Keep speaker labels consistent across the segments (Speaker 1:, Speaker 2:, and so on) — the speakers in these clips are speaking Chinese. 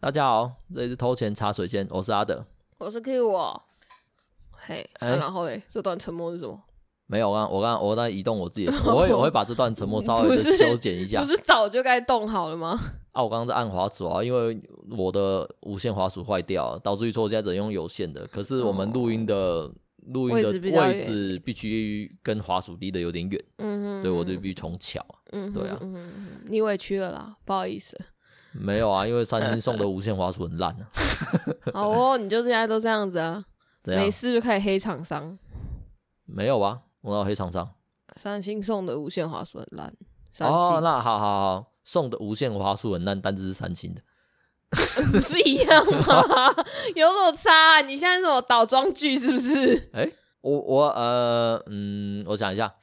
Speaker 1: 大家好，这里是偷钱茶水间，我是阿德。
Speaker 2: 我是 Q 我。嘿，啊
Speaker 1: 哎
Speaker 2: 然后嘞，这段沉默是什么？
Speaker 1: 没有，我刚我刚我在移动我自己的手， 我会我会把这段沉默稍微的
Speaker 2: 不是
Speaker 1: 修剪一下
Speaker 2: 不。是早就该动好了吗？
Speaker 1: 啊，我刚刚在按滑鼠啊，因为我的无线滑鼠坏掉了，导致于说我现在只能用有线的。可是我们录音的录音的
Speaker 2: 位置比较
Speaker 1: 位置必须跟滑鼠离得有点远，
Speaker 2: 嗯哼，
Speaker 1: 对我就必须重巧。
Speaker 2: 嗯哼，
Speaker 1: 对啊
Speaker 2: 嗯哼，嗯哼你委屈了啦，不好意思。
Speaker 1: 没有啊，因为三星送的无线滑鼠很 烂啊，
Speaker 2: 好哦，你就现在都这样子啊，
Speaker 1: 怎样
Speaker 2: 没？事就开始黑厂商。
Speaker 1: 没有啊，我到黑厂商。
Speaker 2: 三星送的无线滑鼠很烂，三星、
Speaker 1: 哦，那好好好，送的无线滑鼠很烂，但这是三星的。
Speaker 2: 不是一样吗？ 有什么差啊、你现在是什么倒装句是不是？
Speaker 1: 哎、我我呃嗯，我想一下，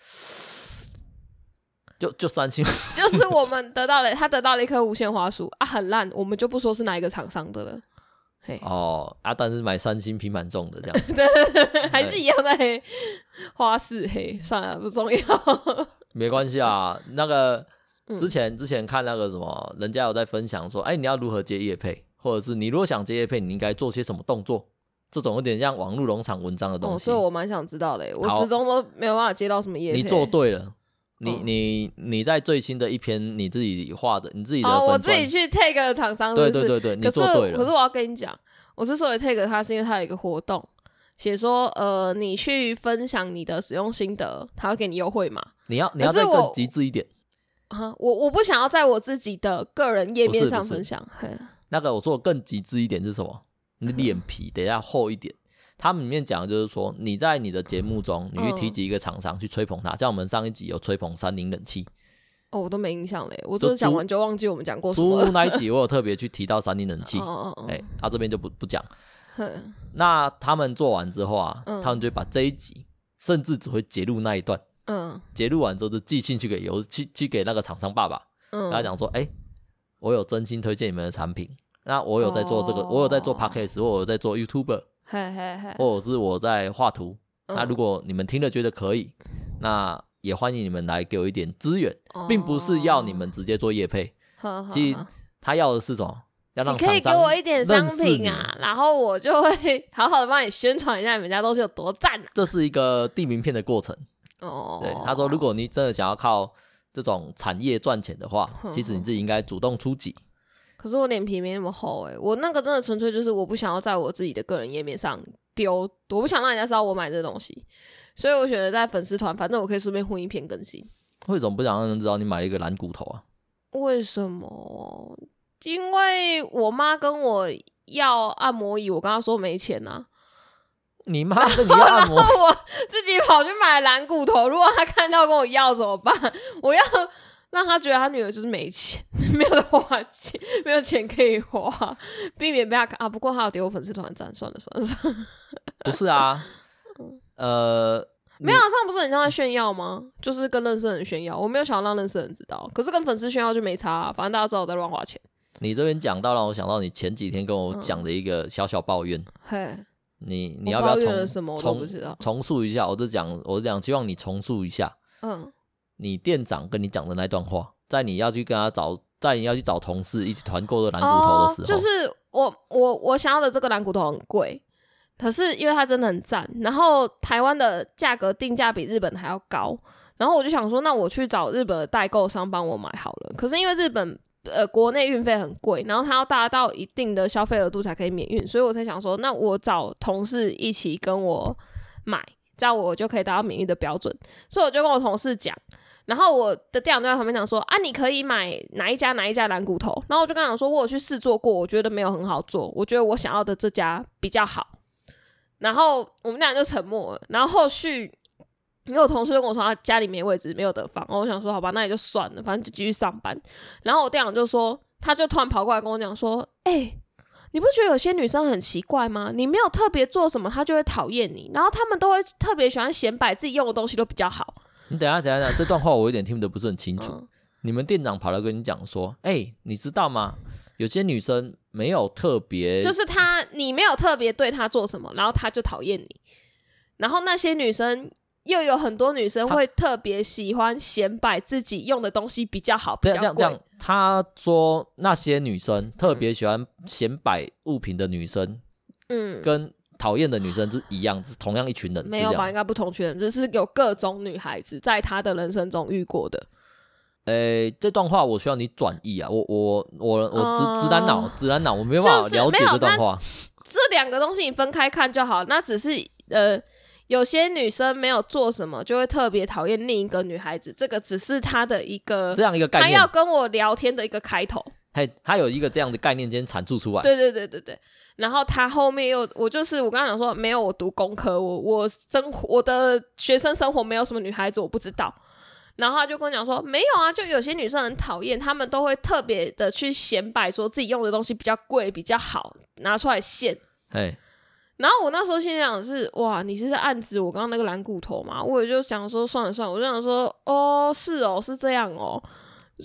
Speaker 1: 就就三星，
Speaker 2: 就是我们得到了，他得到了一颗无线滑鼠啊，很烂，我们就不说是哪一个厂商的了。嘿，
Speaker 1: 哦啊，但是买三星平板重的这样。
Speaker 2: 对， 还是一样在黑花式黑，算了，不重要。
Speaker 1: 没关系啊，那个
Speaker 2: 嗯
Speaker 1: 之前之前看那个什么，人家有在分享说，哎、你要如何接业配，或者是你如果想接业配，你应该做些什么动作？这种有点像网络农场文章的东
Speaker 2: 哦，
Speaker 1: 西。
Speaker 2: 所以我蛮想知道的，欸我
Speaker 1: 好
Speaker 2: 始终都没有办法接到什么业配。
Speaker 1: 你做对了，你、
Speaker 2: 嗯
Speaker 1: 你你在最新的一篇你自己画的，你自己的
Speaker 2: 哦，我
Speaker 1: 粉
Speaker 2: 自己
Speaker 1: 砖，
Speaker 2: 去 take 厂商
Speaker 1: 对
Speaker 2: 是不
Speaker 1: 对
Speaker 2: 是？
Speaker 1: 对对，你
Speaker 2: 可是
Speaker 1: 做对
Speaker 2: 可是
Speaker 1: 了。
Speaker 2: 我要跟你讲，我之所以 take 它，是因为它有一个活动，写说呃，你去分享你的使用心得，它会给你优惠嘛。
Speaker 1: 你要你
Speaker 2: 可
Speaker 1: 要
Speaker 2: 是
Speaker 1: 再更
Speaker 2: 我
Speaker 1: 极致一点。
Speaker 2: 啊，我我不想要在我自己的个人页
Speaker 1: 不是不
Speaker 2: 面上
Speaker 1: 是
Speaker 2: 分享。嘿，
Speaker 1: 那个我做的更极致一点是什么？你的脸皮得要厚一点。他们里面讲的就是说，你在你的节目中，你去提及一个厂商去吹捧他，像我们上一集有吹捧三菱冷气，
Speaker 2: 哦，我都没印象嘞，我
Speaker 1: 就
Speaker 2: 这讲
Speaker 1: 租
Speaker 2: 完就忘记我们讲过什
Speaker 1: 租
Speaker 2: 么
Speaker 1: 屋
Speaker 2: 了。
Speaker 1: 那一集我有特别去提到三菱冷气
Speaker 2: 嗯 哦，哦哦，
Speaker 1: 哎，他这边就不不讲。
Speaker 2: 哼
Speaker 1: 那他们做完之后啊，
Speaker 2: 嗯
Speaker 1: 他们就会把这一集，甚至只会截录那一段，
Speaker 2: 嗯
Speaker 1: 截录完之后就寄信去给邮去去给那个厂商爸爸，
Speaker 2: 嗯，
Speaker 1: 跟他讲说，哎，我有真心推荐你们的产品，那我有在做这个，
Speaker 2: 哦
Speaker 1: 我有在做 podcast，我有在做 YouTuber。
Speaker 2: 嘿嘿嘿，
Speaker 1: 或者是我在画图。
Speaker 2: 嗯
Speaker 1: 那如果你们听了觉得可以，那也欢迎你们来给我一点资源，并不是要你们直接做业配，
Speaker 2: 哦呵呵
Speaker 1: 其实
Speaker 2: 呵
Speaker 1: 他要的是什么？要让
Speaker 2: 嗯你可以
Speaker 1: 厂
Speaker 2: 给
Speaker 1: 商
Speaker 2: 我一点商
Speaker 1: 认识
Speaker 2: 品
Speaker 1: 你
Speaker 2: 啊，，然后我就会好好的帮你宣传一下你们家东西有多赞啊。
Speaker 1: 这是一个递名片的过程。
Speaker 2: 哦，
Speaker 1: 对，他说，如果你真的想要靠这种产业赚钱的话，
Speaker 2: 嗯
Speaker 1: 其实你自己应该主动出击。
Speaker 2: 可是我脸皮没那么厚诶、我那个真的纯粹就是我不想要在我自己的个人页面上丢，我不想让人家知道我买这东西，所以我选择在粉丝团，反正我可以顺便混一篇更新。
Speaker 1: 为什么不想让人知道你买了一个蓝骨头啊？
Speaker 2: 为什么？因为我妈跟我要按摩椅，我跟她说没钱啊呐、
Speaker 1: 你 妈的，你要按摩
Speaker 2: 然？后我自己跑去买蓝骨头，如果他看到跟我要怎么办？我要让他觉得他女儿就是没钱， 没有得花钱，没有钱可以花，避免被他看啊。不过他有给我粉丝团赞，算了算了算了。
Speaker 1: 不是啊，
Speaker 2: 嗯
Speaker 1: 呃，
Speaker 2: 没有啊，这样不是很像在炫耀吗？就是跟认识的人炫耀，我没有想要让认识的人知道，可是跟粉丝炫耀就没差、啊，反正大家知道我在乱花钱。
Speaker 1: 你这边讲到让我想到你前几天跟我讲的一个小小抱怨，
Speaker 2: 嘿，
Speaker 1: 你你
Speaker 2: 嗯我
Speaker 1: 要不要
Speaker 2: 抱怨
Speaker 1: 重
Speaker 2: 了什么我都不
Speaker 1: 重
Speaker 2: 知道。
Speaker 1: 重述一下？我就讲，我就讲，希望你重述一下
Speaker 2: 嗯，
Speaker 1: 你店长跟你讲的那段话，在你要去跟他找，在你要去找同事一起团购的蓝骨头的时候，
Speaker 2: 哦、就是我我我想要的这个蓝骨头很贵，可是因为它真的很赞，然后台湾的价格定价比日本还要高，然后我就想说，那我去找日本的代购商帮我买好了。可是因为日本呃国内运费很贵，然后它要达到一定的消费额度才可以免运，所以我才想说，那我找同事一起跟我买，这样我就可以达到免运的标准。所以我就跟我同事讲。然后我的店长就在旁边讲说啊，你可以买哪一家哪一家蓝骨头。然后我就跟他讲说，我有去试做过，我觉得没有很好做，我觉得我想要的这家比较好。然后我们俩就沉默了。然后后续，因为我同事就跟我说他家里没位置，没有得放。然后我想说好吧，那也就算了，反正就继续上班。然后我店长就说，他就突然跑过来跟我讲说，哎、你不觉得有些女生很奇怪吗？你没有特别做什么，她就会讨厌你，然后她们都会特别喜欢显摆自己用的东西都比较好。
Speaker 1: 你等一下等一下，等一下这段话我有点听得不是很清楚。
Speaker 2: 嗯
Speaker 1: 你们店长跑来跟你讲说，哎、你知道吗？有些女生没有特别，
Speaker 2: 就是他，你没有特别对他做什么，然后他就讨厌你。然后那些女生又有很多女生
Speaker 1: 她
Speaker 2: 会特别喜欢显摆自己用的东西比较好，
Speaker 1: 这
Speaker 2: 比
Speaker 1: 样这
Speaker 2: 较
Speaker 1: 啊样这
Speaker 2: 贵
Speaker 1: 样。他说那些女生特别喜欢显摆物品的女生，
Speaker 2: 嗯，
Speaker 1: 跟讨厌的女生是一样，是同样一群人，是
Speaker 2: 没
Speaker 1: 这
Speaker 2: 有吧？
Speaker 1: 样。
Speaker 2: 应该不同群人，就是有各种女孩子在他的人生中遇过的。
Speaker 1: 诶、这段话我需要你转译啊，我我我我直直男脑
Speaker 2: 哦，
Speaker 1: 直男脑，我没有办法
Speaker 2: 就是
Speaker 1: 了解
Speaker 2: 没有
Speaker 1: 这段话。
Speaker 2: 这两个东西你分开看就好。那只是呃，有些女生没有做什么，就会特别讨厌另一个女孩子。这个只是她的一个
Speaker 1: 这，样一个概
Speaker 2: 她
Speaker 1: 念
Speaker 2: 要，跟我聊天的一个开头。
Speaker 1: 嘿，他有一个这样的概念，先阐述出来。
Speaker 2: 对对对对对。然后她后面又，我就是我刚刚讲说，没有我读工科，我我生活我的学生生活没有什么女孩子，我不知道。然后她就跟我讲说，没有啊，就有些女生很讨厌，她们都会特别的去显摆，说自己用的东西比较贵、比较好，拿出来献。
Speaker 1: 嘿，
Speaker 2: 然后我那时候心想的是，哇，你是在暗指我刚刚那个蓝骨头嘛？我也就想说，算了算了，我就想说，哦，是哦，是这样哦。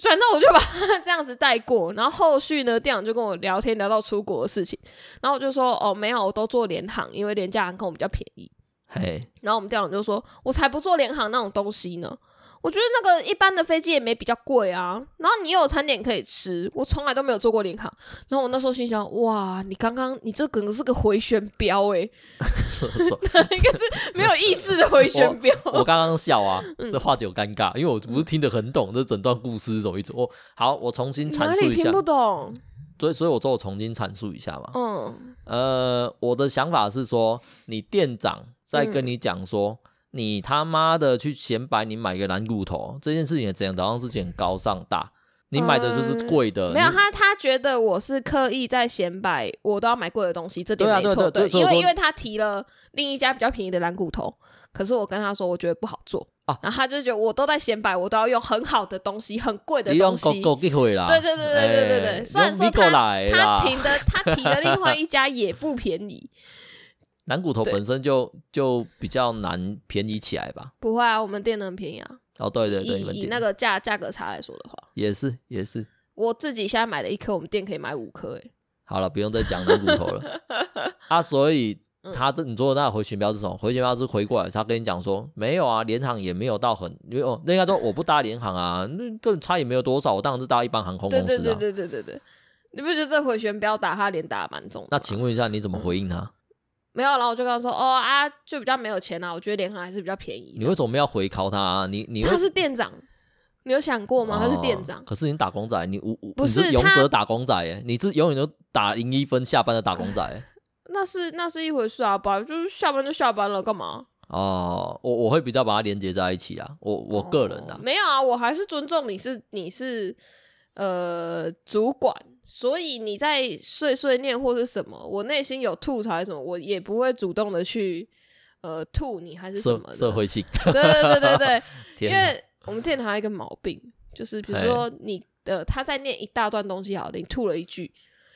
Speaker 2: 反正我就把 这样子带过。然后后续呢，店长就跟我聊天，聊到出国的事情，然后我就说，哦，没有，我都做联航，因为廉价航空比较便宜。
Speaker 1: 嘿，
Speaker 2: 然后我们店长就说：“我才不做联航那种东西呢，我觉得那个一般的飞机也没比较贵啊。然后你又有餐点可以吃，我从来都没有做过联航。然后我那时候心想：哇，你刚刚你这整个是个回旋镖欸诶、应该是 没有意识的回旋镖。
Speaker 1: 我刚刚笑 啊，
Speaker 2: 嗯
Speaker 1: 这话就有尴尬，因为我不是听得很懂这整段故事是什么意思。我好，我重新阐
Speaker 2: 哪
Speaker 1: 述
Speaker 2: 里
Speaker 1: 一下
Speaker 2: 听，不懂？
Speaker 1: 所以所以我说我重新阐述一下嘛。
Speaker 2: 嗯
Speaker 1: 呃，我的想法是说，你店长在
Speaker 2: 嗯
Speaker 1: 跟你讲说，你他妈的去显摆你买个蓝骨头这件事情，怎样好像是件高尚大，你买的就是贵的，
Speaker 2: 没有
Speaker 1: 呃你
Speaker 2: 他，他觉得我是刻意在显摆我都要买贵的东西，这点
Speaker 1: 对啊
Speaker 2: 没
Speaker 1: 对
Speaker 2: 错
Speaker 1: 对
Speaker 2: 的。
Speaker 1: 对所以
Speaker 2: 因为
Speaker 1: 我说
Speaker 2: 因为他提了另一家比较便宜的蓝骨头，可是我跟他说我觉得不好做，
Speaker 1: 啊
Speaker 2: 然后他就觉得我都在显摆，我都要用很好的东西，很贵的
Speaker 1: 你用
Speaker 2: 东
Speaker 1: 狗
Speaker 2: 西。
Speaker 1: 狗给回啦。
Speaker 2: 对对对对对对对
Speaker 1: 哎
Speaker 2: 虽然
Speaker 1: 用
Speaker 2: 说
Speaker 1: 你
Speaker 2: 他
Speaker 1: 狗来
Speaker 2: 他
Speaker 1: 啦，
Speaker 2: 提的他提的另外一家也不便宜，
Speaker 1: 蓝骨头
Speaker 2: 对
Speaker 1: 本身就就比较难便宜起来吧。
Speaker 2: 不会啊，我们店的很便宜啊。
Speaker 1: 哦，对对对，你们
Speaker 2: 以以
Speaker 1: 店
Speaker 2: 那个价价格差来说的话，
Speaker 1: 也是也是，
Speaker 2: 我自己现在买了一颗，我们店可以买五颗、欸，
Speaker 1: 好了，不用再讲蓝骨头 了啊。所以
Speaker 2: 嗯
Speaker 1: 他这你说的那个回旋镖是什么？回旋镖是回过来，他跟你讲说没有啊，联航也没有到很，因为哦，那应该说我不搭联航啊，那更差也没有多少，我当然是搭一般航空
Speaker 2: 对
Speaker 1: 公司
Speaker 2: 对
Speaker 1: 啊。
Speaker 2: 对对对对对，你不觉得这回旋镖打他脸打的蛮重的吗？
Speaker 1: 那请问一下，你怎么回应
Speaker 2: 嗯
Speaker 1: 他？
Speaker 2: 没有，然后我就跟他说，哦啊，就比较没有钱啊，我觉得联航还是比较便宜
Speaker 1: 你
Speaker 2: 的。
Speaker 1: 为什么要回考他啊？你你会
Speaker 2: 他是店长，你有想过吗？他是店
Speaker 1: 哦
Speaker 2: 长，
Speaker 1: 可是你打工仔，你无无
Speaker 2: 不
Speaker 1: 你是
Speaker 2: 是
Speaker 1: 勇
Speaker 2: 他
Speaker 1: 者打工仔耶，你是永远都打零一分下班的打工仔 耶。
Speaker 2: 那是那是一回事啊，本来就是下班就下班了，干嘛？
Speaker 1: 哦，我我会比较把它连接在一起啊，我我个人
Speaker 2: 哦
Speaker 1: 啊，
Speaker 2: 没有啊，我还是尊重你是你是呃主管，所以你在碎碎念或是什么，我内心有吐槽还是什么，我也不会主动的去呃吐你还是什
Speaker 1: 社
Speaker 2: 么的
Speaker 1: 社，会性，
Speaker 2: 对对对对对，
Speaker 1: 天
Speaker 2: 因
Speaker 1: 哪，
Speaker 2: 为我们电台有一个毛病，就是比如说你的他在念一大段东西好了，你吐了一句，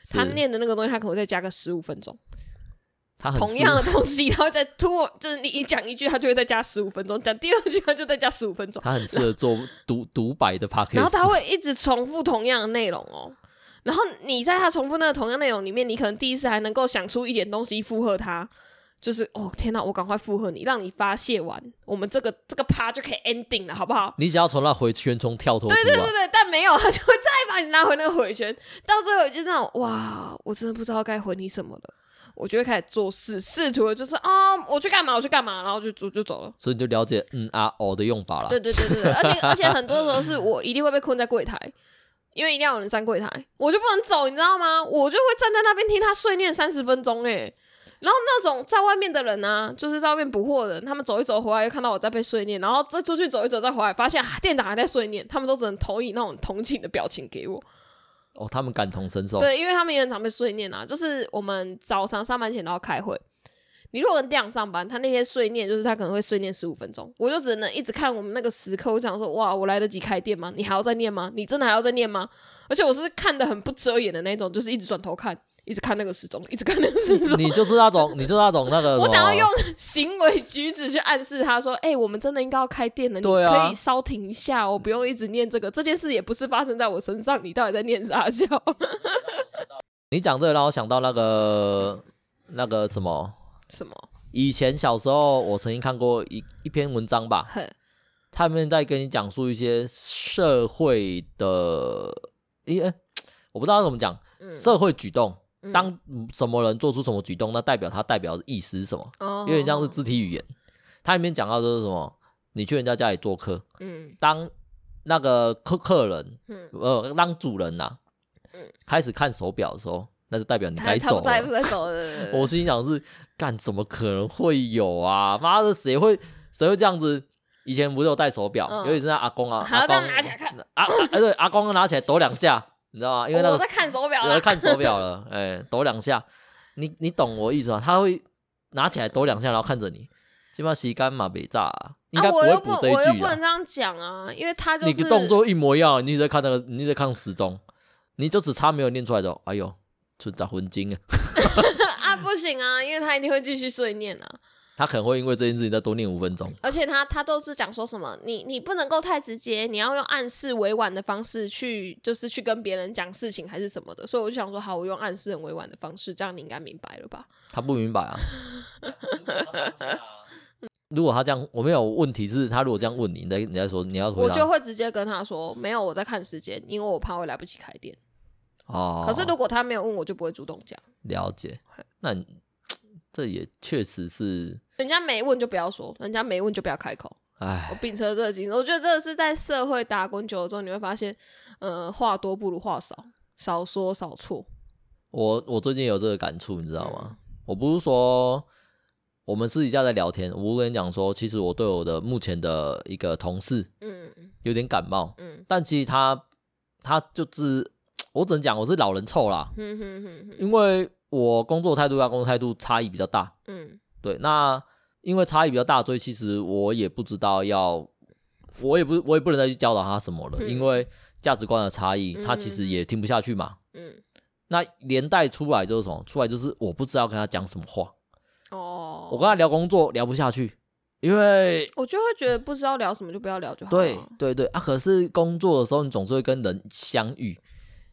Speaker 2: 他
Speaker 1: 是
Speaker 2: 念的那个东西，他可能会再加个十五分钟，
Speaker 1: 他很
Speaker 2: 同
Speaker 1: 失
Speaker 2: 样的东西，然后再吐，就是你一讲一句，他就会再加十五分钟，讲第二句他就再加十五分钟，
Speaker 1: 他很适合做独 独白的 p o c
Speaker 2: 然
Speaker 1: a
Speaker 2: 后
Speaker 1: s
Speaker 2: 他
Speaker 1: t
Speaker 2: 会一直重复同样的内容哦。然后你在他重复那个同样内容里面，你可能第一次还能够想出一点东西附和他，就是哦天哪，我赶快附和你，让你发泄完，我们这个这个趴就可以 ending 了，好不好？
Speaker 1: 你想要从那回圈中跳脱出啊
Speaker 2: 对对
Speaker 1: 来，
Speaker 2: 对，但没有，他就会再把你拉回那个回旋，到最后就这样，哇，我真的不知道该回你什么了，我就会开始做事，试图就是啊、我去干嘛，我去干嘛，然后就就就走了。
Speaker 1: 所以你就了解嗯啊哦的用法了
Speaker 2: 对。对对对，对而且而且很多时候是我一定会被困在柜台，因为一定要有人站柜台，我就不能走，你知道吗？我就会站在那边听他碎念三十分钟、欸，然后那种在外面的人啊，就是在外面捕获的人，他们走一走回来又看到我在被碎念，然后再出去走一走再回来，发现、啊、店长还在碎念，他们都只能投以那种同情的表情给我。
Speaker 1: 哦，他们感同身受，
Speaker 2: 对，因为他们也很常被碎念啊，就是我们早上上班前都要开会。你如果跟店长上班，他那些碎念就是他可能会碎念十五分钟，我就只能一直看我们那个时刻，我想说，哇，我来得及开店吗？你还要再念吗？你真的还要再念吗？而且我是看的很不遮掩的那种，就是一直转头看，一直看那个时钟，一直看那个时 钟。
Speaker 1: 你就是那种，你就是那种那个什么，
Speaker 2: 我想要用行为举止去暗示他说：“哎、我们真的应该要开店了，
Speaker 1: 对
Speaker 2: 你
Speaker 1: 啊
Speaker 2: 可以稍停一下，哦我不用一直念这个。这件事也不是发生在我身上，你到底在念啥笑？”
Speaker 1: 你讲这个让我想到那个那个什么，
Speaker 2: 什么？
Speaker 1: 以前小时候我曾经看过一一篇文章吧，
Speaker 2: 很
Speaker 1: 他们在跟你讲述一些社会的因为我不知道怎么讲，
Speaker 2: 嗯
Speaker 1: 社会举动，
Speaker 2: 嗯
Speaker 1: 当什么人做出什么举动，那代表他代表的意思是什么？
Speaker 2: 哦
Speaker 1: 有点像是肢体语言。它里面讲到就是什么，你去人家家里做客，
Speaker 2: 嗯
Speaker 1: 当那个客客人，
Speaker 2: 嗯，
Speaker 1: 呃，当主人呐、
Speaker 2: 嗯
Speaker 1: 开始看手表的时候，那就代表你
Speaker 2: 他
Speaker 1: 该
Speaker 2: 差不
Speaker 1: 走
Speaker 2: 多还不
Speaker 1: 了。，
Speaker 2: 在走的
Speaker 1: 我心想是，干怎么可能会有啊？妈的，谁会谁会这样子？以前不是有戴手表，
Speaker 2: 嗯
Speaker 1: 尤其是那阿公啊，
Speaker 2: 还
Speaker 1: 阿
Speaker 2: 要这
Speaker 1: 公
Speaker 2: 样拿起来看，哦
Speaker 1: 啊，啊对，阿公拿起来抖两下，你知道吗？因为那
Speaker 2: 我
Speaker 1: 个
Speaker 2: 在看手表
Speaker 1: 有人
Speaker 2: 啦，
Speaker 1: 看手表了，哎、抖两下，你你懂我意思吗？他会拿起来抖两下，然后看着你，基本上洗干嘛别炸、啊，应该
Speaker 2: 啊，
Speaker 1: 不
Speaker 2: 我
Speaker 1: 会
Speaker 2: 又
Speaker 1: 补
Speaker 2: 不
Speaker 1: 这一
Speaker 2: 我又
Speaker 1: 句
Speaker 2: 不
Speaker 1: 啦。
Speaker 2: 能这样讲啊，因为他就
Speaker 1: 你
Speaker 2: 是
Speaker 1: 的动作一模一样，你一直在看那个，你一直在看时钟，你就只差没有念出来的哦。哎呦，就长魂经啊！
Speaker 2: 啊不行啊，因为他一定会继续碎念啊，
Speaker 1: 他可能会因为这件事情再多念五分钟。
Speaker 2: 而且他他都是讲说什么，你你不能够太直接，你要用暗示委婉的方式去，就是去跟别人讲事情还是什么的，所以我就想说，好，我用暗示很委婉的方式，这样你应该明白了吧？
Speaker 1: 他不明白 啊。如果他这样，我没有问题是，他如果这样问你，你再你再说你要回
Speaker 2: 我就
Speaker 1: 答
Speaker 2: 会直接跟他说，没有，我在看时间，因为我怕我来不及开店。
Speaker 1: 哦。
Speaker 2: 可是如果他没有问，我就不会主动讲。
Speaker 1: 了解，那你这也确实是，
Speaker 2: 人家没问就不要说，人家没问就不要开口。
Speaker 1: 哎
Speaker 2: 我，秉承了这个精神，我觉得这个是在社会打滚久了之后，你会发现，呃，话多不如话少，少说少错。
Speaker 1: 我我最近有这个感触，你知道
Speaker 2: 嗯
Speaker 1: 吗？我不是说我们私底下在聊天，我跟你讲说，其实我对我的目前的一个同事
Speaker 2: 嗯
Speaker 1: 有点感冒，
Speaker 2: 嗯
Speaker 1: 但其实他他就是，我只能讲我是老人臭啦，
Speaker 2: 哼哼哼哼
Speaker 1: 因为我工作态度跟工作态度差异比较大，
Speaker 2: 嗯
Speaker 1: 对，那因为差异比较大，所以其实我也不知道要，我也不我也不能再去教导他什么了，
Speaker 2: 嗯
Speaker 1: 因为价值观的差异，他其实也听不下去嘛。
Speaker 2: 嗯
Speaker 1: 那连带出来就是什么？出来就是我不知道跟他讲什么话，
Speaker 2: 哦，
Speaker 1: 我跟他聊工作聊不下去，因为
Speaker 2: 我就会觉得不知道聊什么就不要聊就好了。
Speaker 1: 对对对啊，可是工作的时候你总是会跟人相遇，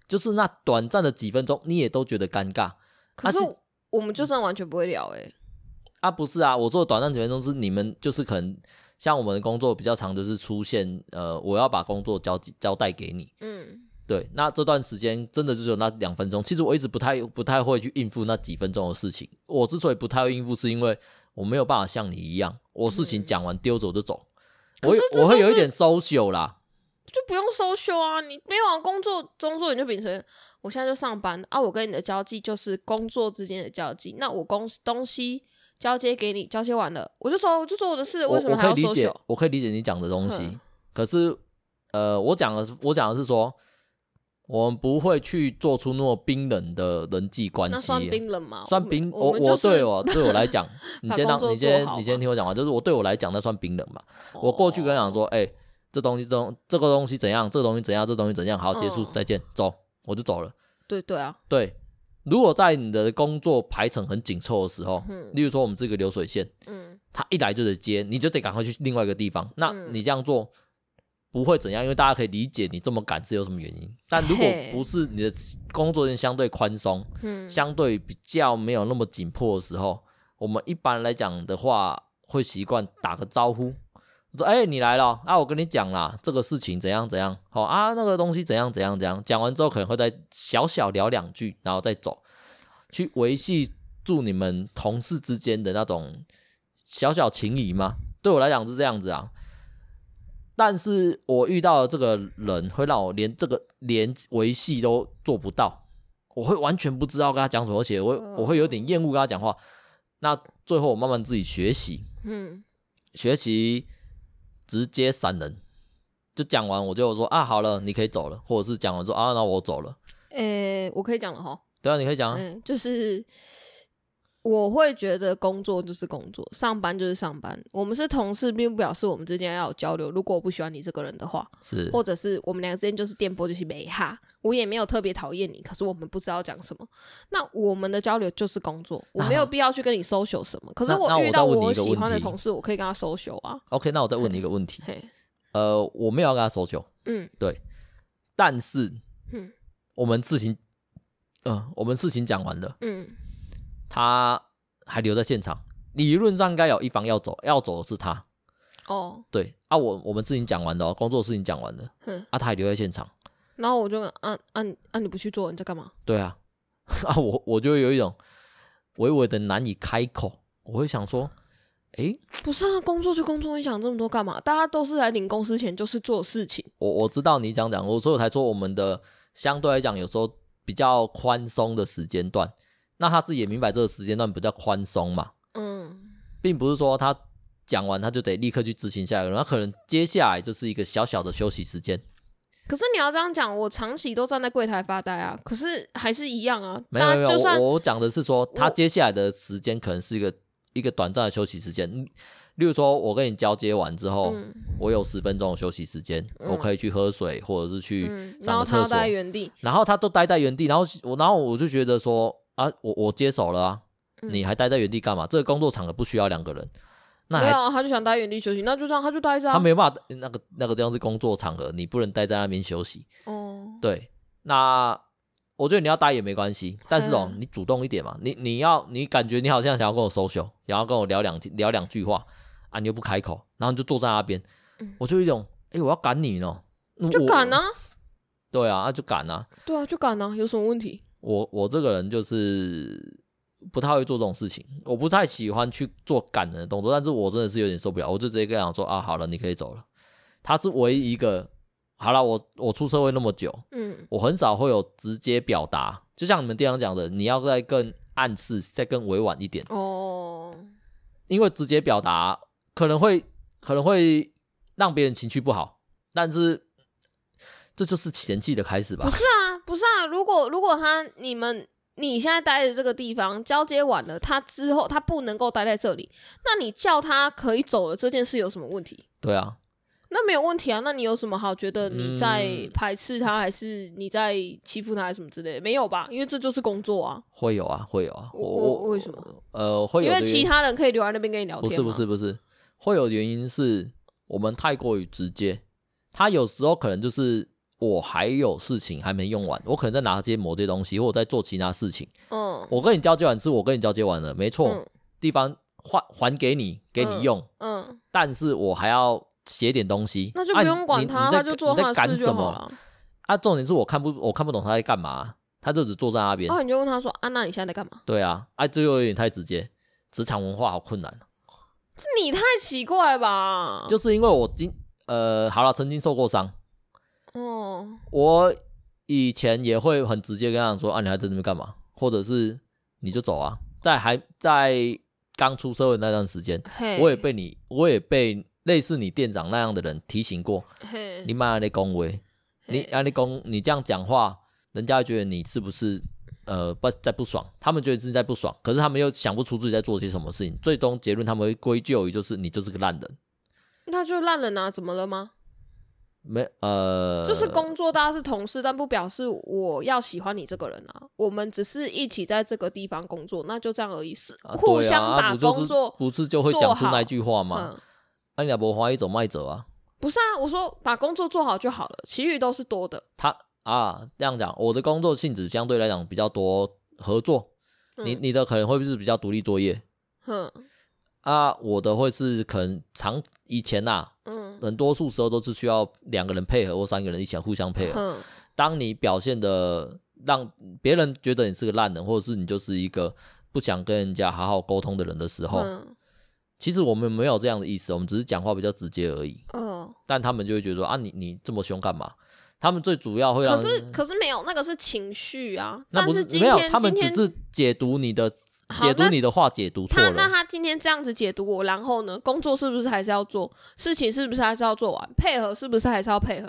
Speaker 1: 就是那短暂的几分钟，你也都觉得尴尬。
Speaker 2: 可是
Speaker 1: 啊是
Speaker 2: 我们就真的完全不会聊哎、欸
Speaker 1: 啊，不是啊，我做的短暂几分钟是你们就是可能像我们的工作比较长，就是出现呃，我要把工作交交代给你。
Speaker 2: 嗯
Speaker 1: 对，那这段时间真的就只有那两分钟。其实我一直不太不太会去应付那几分钟的事情。我之所以不太会应付，是因为我没有办法像你一样，我事情讲完丢着我就走。我
Speaker 2: 嗯可是
Speaker 1: 有
Speaker 2: 这就
Speaker 1: 我会有一
Speaker 2: 是
Speaker 1: 点 social 啦，
Speaker 2: 就不用 social 啊，你没有啊工作工作你就秉承，我现在就上班啊，我跟你的交际就是工作之间的交际，那我公东西交接给你，交接完了我就走，我就做我的事，
Speaker 1: 我
Speaker 2: 为什么
Speaker 1: 我
Speaker 2: 还
Speaker 1: 可以
Speaker 2: 要
Speaker 1: 理解
Speaker 2: social？，嗯
Speaker 1: 我可以理解你讲的东西
Speaker 2: 哼，
Speaker 1: 可是呃，我讲的是我讲的是说，我们不会去做出那么冰冷的人际关系，
Speaker 2: 那算冰冷吗？
Speaker 1: 啊算
Speaker 2: 我们
Speaker 1: 冰。
Speaker 2: 我
Speaker 1: 我
Speaker 2: 们就是
Speaker 1: 对哦我对我来 讲，你
Speaker 2: 把
Speaker 1: 先
Speaker 2: 工
Speaker 1: 当
Speaker 2: 作
Speaker 1: 你
Speaker 2: 做
Speaker 1: 先
Speaker 2: 好
Speaker 1: 你先
Speaker 2: 嘛
Speaker 1: 听我讲完，就是我对我来讲那算冰冷嘛。
Speaker 2: 哦
Speaker 1: 我过去跟他讲说，哎、这东西这东这个东西怎样，这个东西怎样，这个东西怎样，好结束
Speaker 2: 嗯
Speaker 1: 再见，走，我就走了。
Speaker 2: 对对啊，
Speaker 1: 对，如果在你的工作排程很紧凑的时候，
Speaker 2: 嗯
Speaker 1: 例如说我们这个流水线。
Speaker 2: 嗯
Speaker 1: 他一来就得接，你就得赶快去另外一个地方。那
Speaker 2: 嗯
Speaker 1: 你这样做不会怎样，因为大家可以理解你这么赶是有什么原因。但如果
Speaker 2: 嘿
Speaker 1: 不是你的工作人相对宽松，
Speaker 2: 嗯，
Speaker 1: 相对比较没有那么紧迫的时候，我们一般来讲的话，会习惯打个招呼，说：“哎、你来了啊！我跟你讲啦，这个事情怎样怎样，好、啊，那个东西怎样怎样怎样。”讲完之后，可能会再小小聊两句，然后再走，去维系住你们同事之间的那种小小情谊嘛。对我来讲是这样子啊。但是我遇到的这个人，会让我连这个连维系都做不到，我会完全不知道跟他讲什么，而且我会我会有点厌恶跟他讲话。那最后我慢慢自己学习，
Speaker 2: 嗯
Speaker 1: 学习直接闪人，就讲完我就说啊，好了，你可以走了，或者是讲完说啊，那我走了。
Speaker 2: 诶、我可以讲了哈。
Speaker 1: 对啊，你可以讲啊，
Speaker 2: 嗯，就是我会觉得工作就是工作，上班就是上班。我们是同事，并不表示我们之间要有交流。如果我不喜欢你这个人的话，
Speaker 1: 是
Speaker 2: 或者是我们两个之间就是电波就是没哈，我也没有特别讨厌你，可是我们不知道讲什么。那我们的交流就是工作，我没有必要去跟你 social 什么。可是
Speaker 1: 啊那那我
Speaker 2: 遇
Speaker 1: 再
Speaker 2: 到
Speaker 1: 问你一个
Speaker 2: 喜
Speaker 1: 问
Speaker 2: 欢的
Speaker 1: 题
Speaker 2: 同事，我可以跟他 social 啊。
Speaker 1: OK。那我再问你一个问题，
Speaker 2: 嘿，
Speaker 1: 呃，我没有要跟他收球，
Speaker 2: 嗯
Speaker 1: 但是
Speaker 2: 嗯
Speaker 1: 我们事情，嗯、我们事情讲完了，
Speaker 2: 嗯，
Speaker 1: 他还留在现场，理论上应该有一方要走，要走的是他。
Speaker 2: 哦，
Speaker 1: 对啊我，我们事情讲完了哦，工作事情讲完了
Speaker 2: 哼，
Speaker 1: 啊，他还留在现场，
Speaker 2: 然后我就啊啊啊，你不去做，你在干嘛？
Speaker 1: 对啊， 啊，我我就有一种微微的难以开口，我会想说，诶，
Speaker 2: 不是啊，工作就工作，你想这么多干嘛？大家都是来领公司钱，就是做事情。
Speaker 1: 我我知道你讲讲，我所以我才说我们的相对来讲有时候比较宽松的时间段，那他自己也明白这个时间段比较宽松嘛，
Speaker 2: 嗯，
Speaker 1: 并不是说他讲完他就得立刻去执行下一个人，他可能接下来就是一个小小的休息时间。
Speaker 2: 可是你要这样讲，我长期都站在柜台发呆啊，可是还是一样啊。
Speaker 1: 没有
Speaker 2: 大
Speaker 1: 没有，
Speaker 2: 家就
Speaker 1: 我
Speaker 2: 算
Speaker 1: 我讲的是说，他接下来的时间可能是一个一个短暂的休息时间。嗯例如说，我跟你交接完之后，
Speaker 2: 嗯
Speaker 1: 我有十分钟的休息时间，我可以去喝水，或者是去
Speaker 2: 嗯，然
Speaker 1: 上
Speaker 2: 后
Speaker 1: 个
Speaker 2: 他
Speaker 1: 厕
Speaker 2: 要
Speaker 1: 所。
Speaker 2: 待在原地，
Speaker 1: 然后他都待在原地，然后我然后我就觉得说啊，我我接手了啊，
Speaker 2: 嗯
Speaker 1: 你还待在原地干嘛？这个工作场合不需要两个人，那
Speaker 2: 没
Speaker 1: 还、
Speaker 2: 有啊，他就想待在原地休息，那就这样，他就待着
Speaker 1: 他
Speaker 2: 啊。
Speaker 1: 没有办法，呃那个那个地方是工作场合，你不能待在那边休息。
Speaker 2: 哦，
Speaker 1: 对，那我觉得你要待也没关系，但是哦，
Speaker 2: 嗯
Speaker 1: 你主动一点嘛，你你要你感觉你好像想要跟我 social，想要跟我聊两聊两句话啊，你又不开口，然后你就坐在那边，
Speaker 2: 嗯
Speaker 1: 我就有一种哎、我要赶你呢，
Speaker 2: 就
Speaker 1: 我
Speaker 2: 敢啊，
Speaker 1: 对啊，啊就赶啊，
Speaker 2: 对啊，就敢啊，有什么问题？
Speaker 1: 我我这个人就是不太会做这种事情，我不太喜欢去做赶人的动作，但是我真的是有点受不了，我就直接跟他讲说啊，好了，你可以走了。他是唯一一个，好了，我我出社会那么久，
Speaker 2: 嗯
Speaker 1: 我很少会有直接表达，就像你们店长讲的，你要再更暗示，再更委婉一点，
Speaker 2: 哦，
Speaker 1: 因为直接表达可能会可能会让别人情绪不好，但是这就是前期的开始吧
Speaker 2: 不。是啊，不是啊，如果如果他你们你现在待的这个地方交接完了，他之后他不能够待在这里，那你叫他可以走了这件事有什么问题？
Speaker 1: 对啊，
Speaker 2: 那没有问题啊，那你有什么好觉得你在
Speaker 1: 嗯
Speaker 2: 排斥他，还是你在欺负他，还是什么之类的？没有吧，因为这就是工作啊。
Speaker 1: 会有啊，会有啊。我
Speaker 2: 我我为什
Speaker 1: 么？呃，会有
Speaker 2: 因
Speaker 1: 的
Speaker 2: 为
Speaker 1: 原
Speaker 2: 其他人可以留在那边跟你聊
Speaker 1: 不
Speaker 2: 天
Speaker 1: 是不
Speaker 2: 嘛
Speaker 1: 是不是，会有原因是我们太过于直接，他有时候可能就是我还有事情还没用完，我可能在拿接某些东西，或者在做其他事情。
Speaker 2: 嗯
Speaker 1: 我跟你交接完是我跟你交接完了，没错，
Speaker 2: 嗯
Speaker 1: 地方还还给你，给你用，
Speaker 2: 嗯，
Speaker 1: 但是我还要写点东西，
Speaker 2: 那就
Speaker 1: 啊
Speaker 2: 不
Speaker 1: 你
Speaker 2: 用管
Speaker 1: 你
Speaker 2: 他，
Speaker 1: 你在
Speaker 2: 他就做
Speaker 1: 你
Speaker 2: 他
Speaker 1: 在
Speaker 2: 的
Speaker 1: 赶
Speaker 2: 事
Speaker 1: 什
Speaker 2: 就好
Speaker 1: 么
Speaker 2: 了。
Speaker 1: 啊？重点是我看不我看不懂他在干嘛，他就只坐在那边。
Speaker 2: 然后你就问他说：“啊，那你现在在干嘛
Speaker 1: 对啊，啊，这又有点太直接，职场文化好困难。？”啊
Speaker 2: 这你太奇怪吧？
Speaker 1: 就是因为我今呃，好了，曾经受过伤，
Speaker 2: 哦，
Speaker 1: 我以前也会很直接跟他讲说啊，你还在这边干嘛？或者是你就走啊，在还在刚出社会那段时间，
Speaker 2: 嘿，
Speaker 1: 我也被你，我也被类似你店长那样的人提醒过，
Speaker 2: 嘿，
Speaker 1: 你慢那恭维，你啊你恭，你这样讲话，人家会觉得你是不是呃不在不爽？他们觉得自己在不爽，可是他们又想不出自己在做些什么事情，最终结论他们会归咎于就是你就是个烂人，
Speaker 2: 那就烂人啊，怎么了吗？
Speaker 1: 没呃，
Speaker 2: 就是工作，大家是同事，但不表示我要喜欢你这个人啊。我们只是一起在这个地方工作，那就这样而已，是
Speaker 1: 啊
Speaker 2: 互
Speaker 1: 对
Speaker 2: 相
Speaker 1: 啊啊
Speaker 2: 把
Speaker 1: 不就是
Speaker 2: 工作，嗯
Speaker 1: 不是就会
Speaker 2: 做
Speaker 1: 讲出
Speaker 2: 好
Speaker 1: 那句话吗？
Speaker 2: 嗯，
Speaker 1: 啊，你也无欢喜走卖走啊？
Speaker 2: 不是啊，我说把工作做好就好了，其余都是多的。
Speaker 1: 他啊，这样讲，我的工作性质相对来讲比较多合作，你
Speaker 2: 嗯
Speaker 1: 你的可能会是比较独立作业
Speaker 2: 哼
Speaker 1: 啊，我的会是可能长以前呐、
Speaker 2: 嗯
Speaker 1: 很多数时候都是需要两个人配合或三个人一起互相配合。
Speaker 2: 哼
Speaker 1: 当你表现的让别人觉得你是个烂人，或者是你就是一个不想跟人家好好沟通的人的时候，
Speaker 2: 哼
Speaker 1: 其实我们没有这样的意思，我们只是讲话比较直接而已。
Speaker 2: 嗯，
Speaker 1: 但他们就会觉得说啊，你你这么凶干嘛？他们最主要会让
Speaker 2: 可是可是没有，那个是情绪啊。
Speaker 1: 啊那
Speaker 2: 但
Speaker 1: 不是
Speaker 2: 今
Speaker 1: 没有，
Speaker 2: 天
Speaker 1: 他们
Speaker 2: 今
Speaker 1: 只
Speaker 2: 天
Speaker 1: 是解读你的
Speaker 2: 好
Speaker 1: 解读
Speaker 2: 那
Speaker 1: 你的话解读错
Speaker 2: 他那
Speaker 1: 了，
Speaker 2: 他今天这样子解读我，然后呢，工作是不是还是要做？事情是不是还是要做完？配合是不是还是要配合？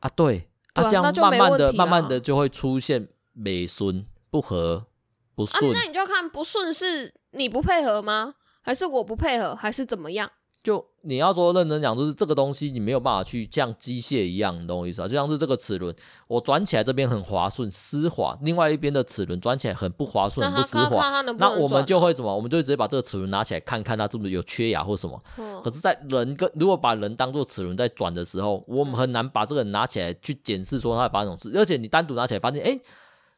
Speaker 1: 啊，对啊，
Speaker 2: 对啊
Speaker 1: 这样
Speaker 2: 那就
Speaker 1: 慢
Speaker 2: 没
Speaker 1: 慢
Speaker 2: 问
Speaker 1: 的
Speaker 2: 题
Speaker 1: 慢慢
Speaker 2: 啦
Speaker 1: 的就会出现美孙不和不
Speaker 2: 啊，
Speaker 1: 顺，
Speaker 2: 那你就要看不顺是你不配合吗？还是我不配合，还是怎么样？
Speaker 1: 就你要说认真讲，就是这个东西你没有办法去像机械一样，你懂我意思啊？就像是这个齿轮，我转起来这边很滑顺丝滑，另外一边的齿轮转起来很不滑顺，
Speaker 2: 那
Speaker 1: 很
Speaker 2: 他
Speaker 1: 不丝
Speaker 2: 看看
Speaker 1: 滑。
Speaker 2: 他能不
Speaker 1: 那
Speaker 2: 能
Speaker 1: 我们
Speaker 2: 转
Speaker 1: 就会怎么？我们就直接把这个齿轮拿起来看看它是不是有缺牙或什么。
Speaker 2: 嗯
Speaker 1: 可是，在人跟如果把人当做齿轮在转的时候，我们很难把这个人拿起来去检视说他会发生什么事。而且你单独拿起来发现，哎、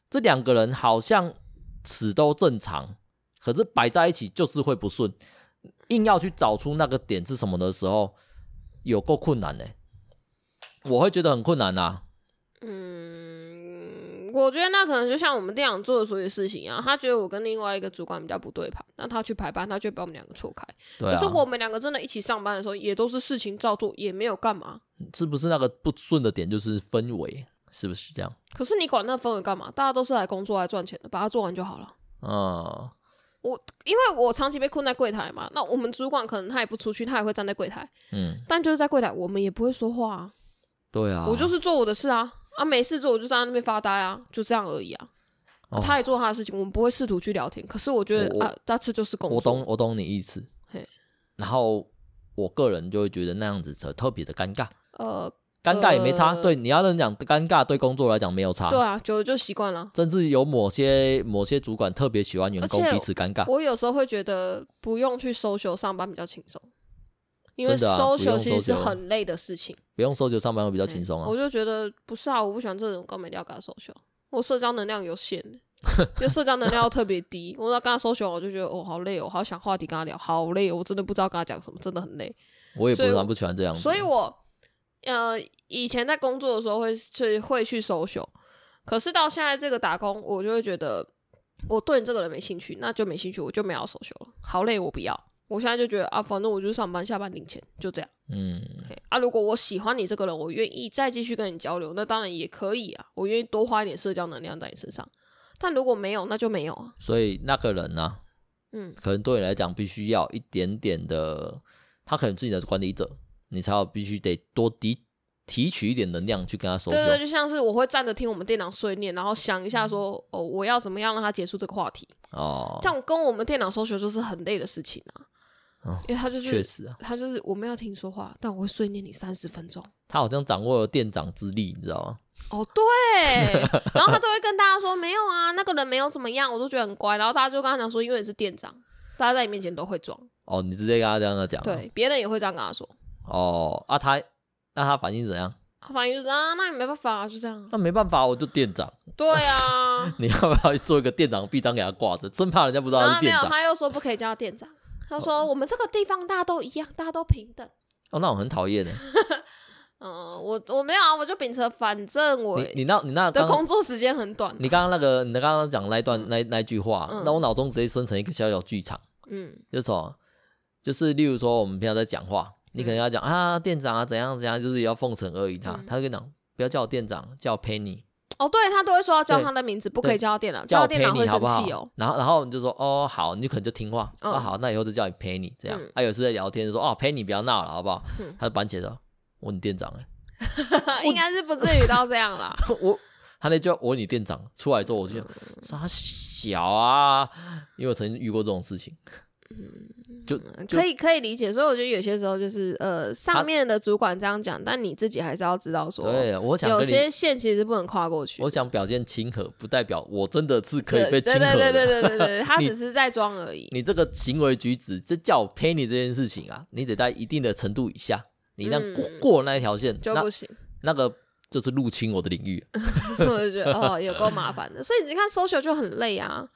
Speaker 1: 这两个人好像齿都正常，可是摆在一起就是会不顺。硬要去找出那个点是什么的时欸候，有够困难呢、我会觉得很困难呐、啊
Speaker 2: 嗯，我觉得那可能就像我们店长做的所有事情一啊样，他觉得我跟另外一个主管比较不对盘，那他去排班，他就把我们两个错开。
Speaker 1: 对
Speaker 2: 可
Speaker 1: 啊
Speaker 2: 是，我们两个真的一起上班的时候，也都是事情照做，也没有干嘛。
Speaker 1: 是不是那个不顺的点就是氛围，是不是这样？
Speaker 2: 可是你管那氛围干嘛？大家都是来工作来赚钱的，把它做完就好了。
Speaker 1: 嗯，
Speaker 2: 因为我长期被困在柜台嘛，那我们主管可能他也不出去，他也会站在柜台，
Speaker 1: 嗯，
Speaker 2: 但就是在柜台，我们也不会说话、啊，
Speaker 1: 对啊，
Speaker 2: 我就是做我的事啊，啊没事做我就站在那边发呆啊，就这样而已啊。
Speaker 1: 哦
Speaker 2: 他也做他的事情，我们不会试图去聊天。可是我觉得
Speaker 1: 我
Speaker 2: 啊，他这就是工作。
Speaker 1: 我懂，我懂你意思
Speaker 2: 嘿。
Speaker 1: 然后我个人就会觉得那样子特特别的尴尬，
Speaker 2: 呃，
Speaker 1: 尴尬也没差。
Speaker 2: 呃
Speaker 1: 对，你要认讲尴尬，对工作来讲没有差。
Speaker 2: 对啊，久了就习惯了。
Speaker 1: 甚至有某些某些主管特别喜欢员工
Speaker 2: 而且
Speaker 1: 彼此尴尬，
Speaker 2: 我有时候会觉得不用去 social 上班比较轻松，因为
Speaker 1: 真的啊不
Speaker 2: social
Speaker 1: 用
Speaker 2: 其实是
Speaker 1: social
Speaker 2: 很累的事情。
Speaker 1: 不用收就上班会比较轻松啊。
Speaker 2: 我就觉得不是啊，我不喜欢这种，干嘛一定要跟他 social？我社交能量有限，就社交能量要特别低。我要跟他 social，我就觉得哦好累哦，好想话题跟他聊，好累哦，我真的不知道跟他讲什么，真的很累。
Speaker 1: 我也不
Speaker 2: 所以
Speaker 1: 是
Speaker 2: 我
Speaker 1: 蛮不喜欢这样子的，
Speaker 2: 所以我呃以前在工作的时候会去会去 social，可是到现在这个打工，我就会觉得我对你这个人没兴趣，那就没兴趣，我就没有 social 了，好累，我不要。我现在就觉得啊，反正我就是上班下班领钱，就这样。
Speaker 1: 嗯，
Speaker 2: 嘿啊，如果我喜欢你这个人，我愿意再继续跟你交流，那当然也可以啊，我愿意多花一点社交能量在你身上。但如果没有，那就没有啊。
Speaker 1: 所以那个人呢、啊，
Speaker 2: 嗯，
Speaker 1: 可能对你来讲必须要一点点的，他可能自己的管理者，你才有必须得多提提取一点能量去跟他收
Speaker 2: 对对，
Speaker 1: 修
Speaker 2: 就像是我会站着听我们店长碎念，然后想一下说，哦，我要怎么样让他结束这个话题。
Speaker 1: 嗯哦
Speaker 2: 这，样跟我们电脑搜学就是很累的事情啊，
Speaker 1: 哦
Speaker 2: 因为他就
Speaker 1: 确
Speaker 2: 是
Speaker 1: 实啊，
Speaker 2: 他就是我们要听你说话，但我会碎念你三十分钟。
Speaker 1: 他好像掌握了店长之力，你知道吗？
Speaker 2: 哦，对，然后他都会跟大家说没有啊，那个人没有怎么样，我都觉得很乖。然后大家就跟他讲说，因为你是店长，大家在你面前都会装，
Speaker 1: 哦，你直接跟他这样讲啊，
Speaker 2: 对，别人也会这样跟他说。
Speaker 1: 哦，啊他，那他反应怎样？
Speaker 2: 他反应就是啊，那也没办法、啊，就 这样啊。
Speaker 1: 那没办法，我就店长，
Speaker 2: 对啊，
Speaker 1: 你要不要做一个店长臂章给他挂着，真怕人家不知道
Speaker 2: 然
Speaker 1: 他是
Speaker 2: 后啊没
Speaker 1: 店
Speaker 2: 有，
Speaker 1: 长。
Speaker 2: 他又说不可以叫他店长，他说我们这个地方大家都一样，大家都平等。
Speaker 1: 哦，那我很讨厌的。
Speaker 2: 嗯，我我没有啊，我就秉承反正我
Speaker 1: 你你那你那
Speaker 2: 的
Speaker 1: 刚
Speaker 2: 工作时间很短啊，
Speaker 1: 你刚刚那个，你刚刚讲那一段那那一句话，
Speaker 2: 嗯
Speaker 1: 那我脑中直接生成一个小小剧场，
Speaker 2: 嗯。
Speaker 1: 就是什么？就是例如说我们平常在讲话，你可能要讲、啊店长啊怎样怎样，就是也要奉承而已他，
Speaker 2: 嗯
Speaker 1: 他就跟你讲不要叫我店长，叫我 Penny，
Speaker 2: 哦，对他都会说要叫
Speaker 1: 对
Speaker 2: 他的名字，不可以
Speaker 1: 对
Speaker 2: 叫他店长，
Speaker 1: 叫
Speaker 2: 叫
Speaker 1: 我
Speaker 2: 他店长会
Speaker 1: Penny 好
Speaker 2: 生
Speaker 1: 不好
Speaker 2: 气？哦。
Speaker 1: 然后然后你就说哦好，你就可能就听话，
Speaker 2: 嗯
Speaker 1: 啊好，那以后就叫你 Penny 这样。
Speaker 2: 嗯
Speaker 1: 啊有次在聊天就说哦 Penny 不要闹了好不好？
Speaker 2: 嗯
Speaker 1: 他就板起来说我你店长哎、
Speaker 2: 应该是不至于到这样啦。
Speaker 1: 我他那句话我你店长出来之后我就想
Speaker 2: 嗯
Speaker 1: 傻小啊，因为我曾经遇过这种事情，就
Speaker 2: 嗯
Speaker 1: 就
Speaker 2: 可以可以理解，所以我觉得有些时候就是呃，
Speaker 1: 他
Speaker 2: 上面的主管这样讲，但你自己还是要知道说，
Speaker 1: 对，我想
Speaker 2: 有
Speaker 1: 跟你，
Speaker 2: 些线其实不能跨过去。
Speaker 1: 我想表现亲和，不代表我真的是可以
Speaker 2: 对
Speaker 1: 被亲和的。
Speaker 2: 对对对对对对 对，他
Speaker 1: 你
Speaker 2: 只是在装而已。
Speaker 1: 你这个行为举止，这叫我陪你这件事情啊，你得在一定的程度以下，你让
Speaker 2: 嗯
Speaker 1: 过、过那一条线，
Speaker 2: 就
Speaker 1: 那
Speaker 2: 不行，
Speaker 1: 那个就是入侵我的领域。啊
Speaker 2: 所以我就觉得哦，有够麻烦的。所以你看，social 就很累啊。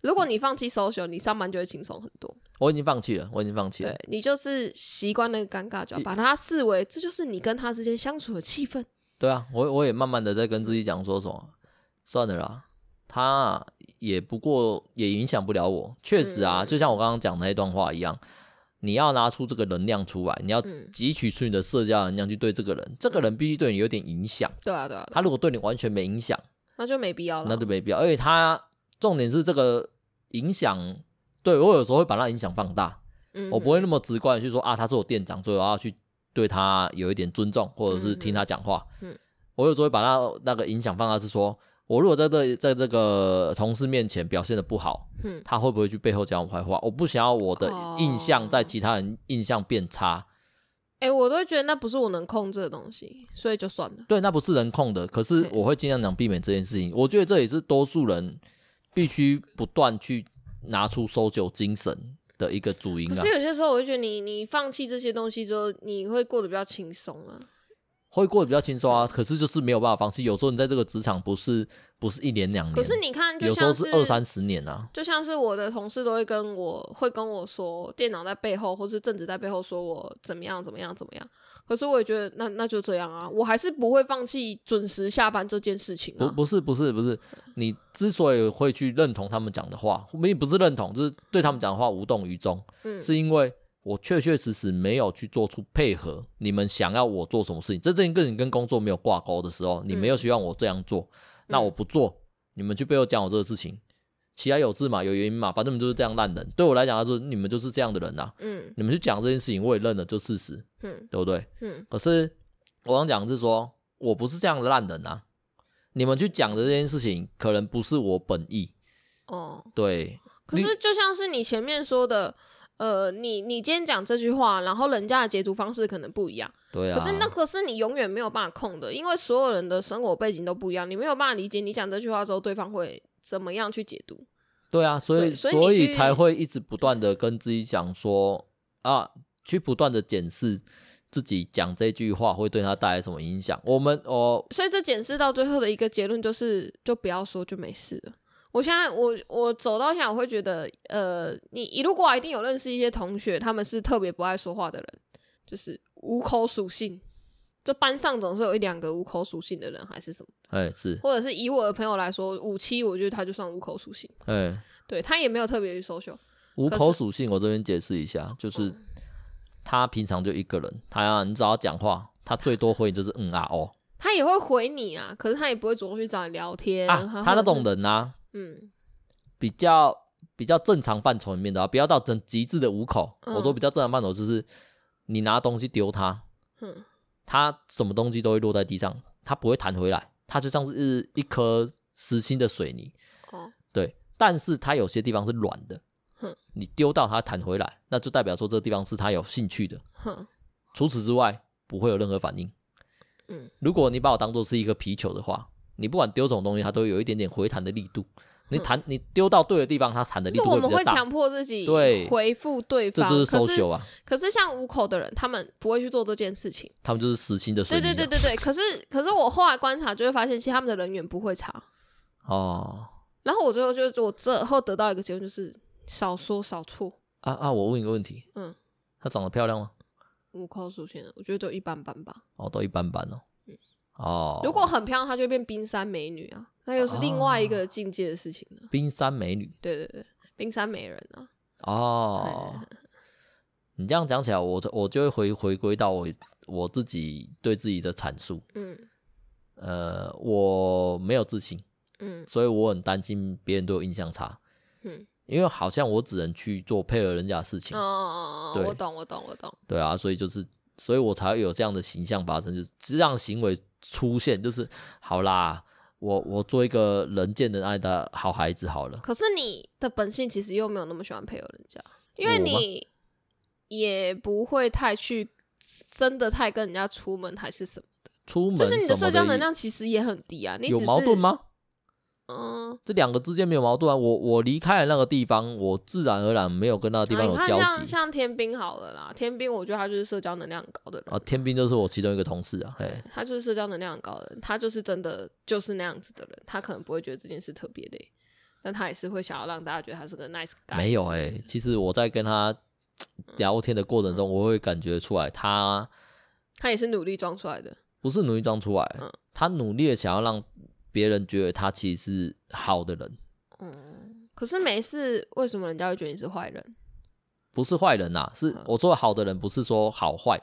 Speaker 2: 如果你放弃 social，你上班就会轻松很多。
Speaker 1: 我已经放弃了，我已经放弃了
Speaker 2: 对。你就是习惯那个尴尬，就要把它视为这就是你跟他之间相处的气氛。
Speaker 1: 对啊，我我也慢慢的在跟自己讲说什么，算了啦，他啊也不过也影响不了我。确实啊，
Speaker 2: 嗯
Speaker 1: 就像我刚刚讲的那段话一样，你要拿出这个能量出来，你要
Speaker 2: 嗯
Speaker 1: 汲取出你的社交能量去对这个人，这个人必须对你有点影响。
Speaker 2: 对啊，对啊，对啊
Speaker 1: 他如果对你完全没影响，
Speaker 2: 那就没必要了。
Speaker 1: 那就没必要。而且他重点是这个影响，对我有时候会把他影响放大，
Speaker 2: 嗯
Speaker 1: 我不会那么直观的去说啊，他是我店长，所以我要去对他有一点尊重，或者是听他讲话。
Speaker 2: 嗯嗯
Speaker 1: 我有时候会把他那个影响放大，是说我如果在这在这个同事面前表现的不好，
Speaker 2: 嗯
Speaker 1: 他会不会去背后讲我坏话？我不想要我的
Speaker 2: 哦
Speaker 1: 印象在其他人印象变差。
Speaker 2: 哎、诶我都会觉得那不是我能控制的东西，所以就算了。
Speaker 1: 对，那不是人控的，可是
Speaker 2: 对
Speaker 1: 我会尽量讲避免这件事情。我觉得这也是多数人必须不断去拿出搜救精神的一个主因
Speaker 2: 可
Speaker 1: 啊
Speaker 2: 是。有些时候，我会觉得你你放弃这些东西之后，你会过得比较轻松啊，
Speaker 1: 会过得比较轻松啊。可是就是没有办法放弃，有时候你在这个职场不是不是一年两年，
Speaker 2: 可是你看，就
Speaker 1: 有时候
Speaker 2: 像
Speaker 1: 是二三十年啊。
Speaker 2: 就像是我的同事都会跟我会跟我说，电脑在背后或是正职在背后说我怎么样怎么样怎么样。可是我也觉得那那就这样啊，我还是不会放弃准时下班这件事情
Speaker 1: 不，
Speaker 2: 啊。
Speaker 1: 不是，不是，不是，你之所以会去认同他们讲的话，我们也不是认同，就是对他们讲的话无动于衷，
Speaker 2: 嗯
Speaker 1: 是因为我确确实实没有去做出配合你们想要我做什么事情。这件跟你跟工作没有挂钩的时候，你没
Speaker 2: 嗯
Speaker 1: 有希望我这样做，那我不做，你们去背后讲我这个事情，其来有志嘛，有原因嘛，反正你们就是这样烂人。对我来讲，就是你们就是这样的人啊呐、
Speaker 2: 嗯
Speaker 1: 你们去讲这件事情，我也认了，就事实，
Speaker 2: 嗯
Speaker 1: 对不对？
Speaker 2: 嗯
Speaker 1: 可是我想讲的是说，我不是这样的烂人啊。你们去讲的这件事情，可能不是我本意。
Speaker 2: 哦。
Speaker 1: 对，
Speaker 2: 可是就像是你前面说的，呃，你你今天讲这句话，然后人家的解读方式可能不一样。
Speaker 1: 对啊。
Speaker 2: 可是那个是你永远没有办法控的，因为所有人的生活背景都不一样，你没有办法理解你讲这句话之后对方会怎么样去解读。
Speaker 1: 对啊，所以
Speaker 2: 对所以
Speaker 1: 所
Speaker 2: 你
Speaker 1: 以
Speaker 2: 去
Speaker 1: 才会一直不断的跟自己讲说啊，去不断的检视自己讲这句话会对他带来什么影响。我们哦，
Speaker 2: 所以这检视到最后的一个结论就是，就不要说就没事了。我现在我我走到现在，我会觉得，呃，你一路过来一定有认识一些同学，他们是特别不爱说话的人，就是无口属性。这班上总是有一两个无口属性的人，还是什么，
Speaker 1: 哎是，
Speaker 2: 或者是以我的朋友来说，五七，我觉得他就算无口属性，
Speaker 1: 哎，
Speaker 2: 对他也没有特别去 social。
Speaker 1: 无
Speaker 2: 可
Speaker 1: 口
Speaker 2: 是嗯
Speaker 1: 属性，我这边解释一下，就是他平常就一个人，他、你只要讲话，他最多回你就是嗯啊哦
Speaker 2: 他也会回你啊，可是他也不会主动去找你聊天
Speaker 1: 啊，他那种
Speaker 2: 的，
Speaker 1: 人啊，
Speaker 2: 嗯
Speaker 1: 比较比较正常范畴里面的、啊，不要到整极致的五口。
Speaker 2: 嗯
Speaker 1: 我说比较正常范畴就是你拿东西丢他，
Speaker 2: 哼，
Speaker 1: 他什么东西都会落在地上，他不会弹回来，他就像是一颗实心的水泥。
Speaker 2: 哦，
Speaker 1: 对，但是它有些地方是软的
Speaker 2: 哼，
Speaker 1: 你丢到它弹回来，那就代表说这个地方是他有兴趣的。
Speaker 2: 哼，
Speaker 1: 除此之外，不会有任何反应。
Speaker 2: 嗯，
Speaker 1: 如果你把我当做是一个皮球的话，你不管丢什么东西，它都有一点点回弹的力度。你弹你丢到对的地方，它弹的
Speaker 2: 嗯就
Speaker 1: 力度
Speaker 2: 是我
Speaker 1: 会
Speaker 2: 们
Speaker 1: 比
Speaker 2: 会
Speaker 1: 较大
Speaker 2: 强。迫自己
Speaker 1: 对
Speaker 2: 回复对
Speaker 1: 这
Speaker 2: 方，
Speaker 1: 就是
Speaker 2: 可是
Speaker 1: social 啊，
Speaker 2: 可是像五口的人，他们不会去做这件事情。
Speaker 1: 他们就是实心的水
Speaker 2: 对
Speaker 1: 泥、
Speaker 2: 对
Speaker 1: 啊。
Speaker 2: 对对对。可是可是我后来观察就会发现，其实他们的人缘不会差。
Speaker 1: 哦，
Speaker 2: 然后我最后就我最后得到一个结论就是少说少错，
Speaker 1: 啊啊！我问一个问题，
Speaker 2: 嗯，
Speaker 1: 她长得漂亮吗？
Speaker 2: 五口属性的，我觉得都一般般吧。
Speaker 1: 哦，都一般般哦。哦，
Speaker 2: 嗯如果很漂亮，她就会变冰山美女啊，那又是另外一
Speaker 1: 啊
Speaker 2: 个境界的事情了。
Speaker 1: 冰山美女
Speaker 2: 对对对，冰山美人啊，
Speaker 1: 哦，你这样讲起来，我就我就会回回归到我我自己对自己的阐述。
Speaker 2: 嗯
Speaker 1: 呃，我没有自信，
Speaker 2: 嗯
Speaker 1: 所以我很担心别人对我印象差，
Speaker 2: 嗯，
Speaker 1: 因为好像我只能去做配合人家的事情
Speaker 2: 哦，哦哦
Speaker 1: 对
Speaker 2: 哦，我懂我懂我懂，
Speaker 1: 对啊，所以就是，所以我才会有这样的形象发生，就是这样行为出现，就是好啦，我我做一个人见人爱的好孩子好了，
Speaker 2: 可是你的本性其实又没有那么喜欢配合人家，因为
Speaker 1: 我吗
Speaker 2: 你也不会太去真的太跟人家出门还是什么，
Speaker 1: 出门
Speaker 2: 就是你的
Speaker 1: 什么
Speaker 2: 社交
Speaker 1: 也
Speaker 2: 能量其实也很低啊。你
Speaker 1: 有
Speaker 2: 只
Speaker 1: 矛
Speaker 2: 是
Speaker 1: 盾？吗？
Speaker 2: 嗯，
Speaker 1: 这两个之间没有矛盾啊，我我离开了那个地方，我自然而然没有跟那个地
Speaker 2: 啊
Speaker 1: 方
Speaker 2: 你
Speaker 1: 有
Speaker 2: 看
Speaker 1: 交
Speaker 2: 像
Speaker 1: 集
Speaker 2: 像天兵好了啦，天兵我觉得他就是社交能量很高的人，
Speaker 1: 啊。天兵就是我其中一个同事啊，嘿，
Speaker 2: 他就是社交能量很高的人，他就是真的就是那样子的人，他可能不会觉得这件事特别累，但他也是会想要让大家觉得他是个 nice guy。
Speaker 1: 没有哎、其实我在跟他
Speaker 2: 嗯
Speaker 1: 聊天的过程中，我会感觉出来他
Speaker 2: 他也是努力装出来的。
Speaker 1: 不是努力装出来，
Speaker 2: 嗯
Speaker 1: 他努力的想要让别人觉得他其实是好的人，
Speaker 2: 嗯，可是没事，为什么人家会觉得你是坏人？
Speaker 1: 不是坏人呐、啊是
Speaker 2: 嗯
Speaker 1: 我说好的人，不是说好坏，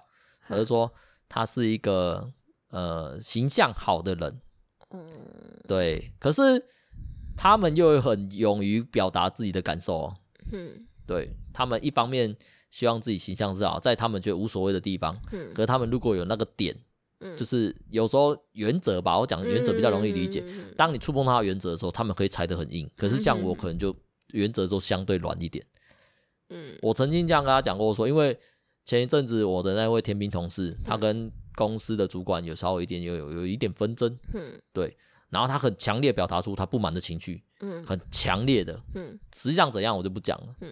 Speaker 1: 而是说他是一个呃形象好的人，
Speaker 2: 嗯
Speaker 1: 对。可是他们又很勇于表达自己的感受哦，
Speaker 2: 哼
Speaker 1: 对他们一方面希望自己形象是好，在他们觉得无所谓的地方，
Speaker 2: 哼
Speaker 1: 可是他们如果有那个点，
Speaker 2: 嗯
Speaker 1: 就是有时候原则吧，我讲原则比较容易理解，
Speaker 2: 嗯嗯嗯嗯
Speaker 1: 当你触碰他的原则的时候，他们可以踩得很硬。可是像我，
Speaker 2: 嗯哼
Speaker 1: 可能就原则都相对软一点。
Speaker 2: 嗯
Speaker 1: 我曾经这样跟他讲过说因为前一阵子我的那位天兵同事，
Speaker 2: 嗯
Speaker 1: 他跟公司的主管有稍微一点有有有一点纷争，
Speaker 2: 嗯
Speaker 1: 然后他很强烈表达出他不满的情绪，
Speaker 2: 嗯
Speaker 1: 很强烈的。
Speaker 2: 嗯
Speaker 1: 实际上怎样我就不讲了。
Speaker 2: 嗯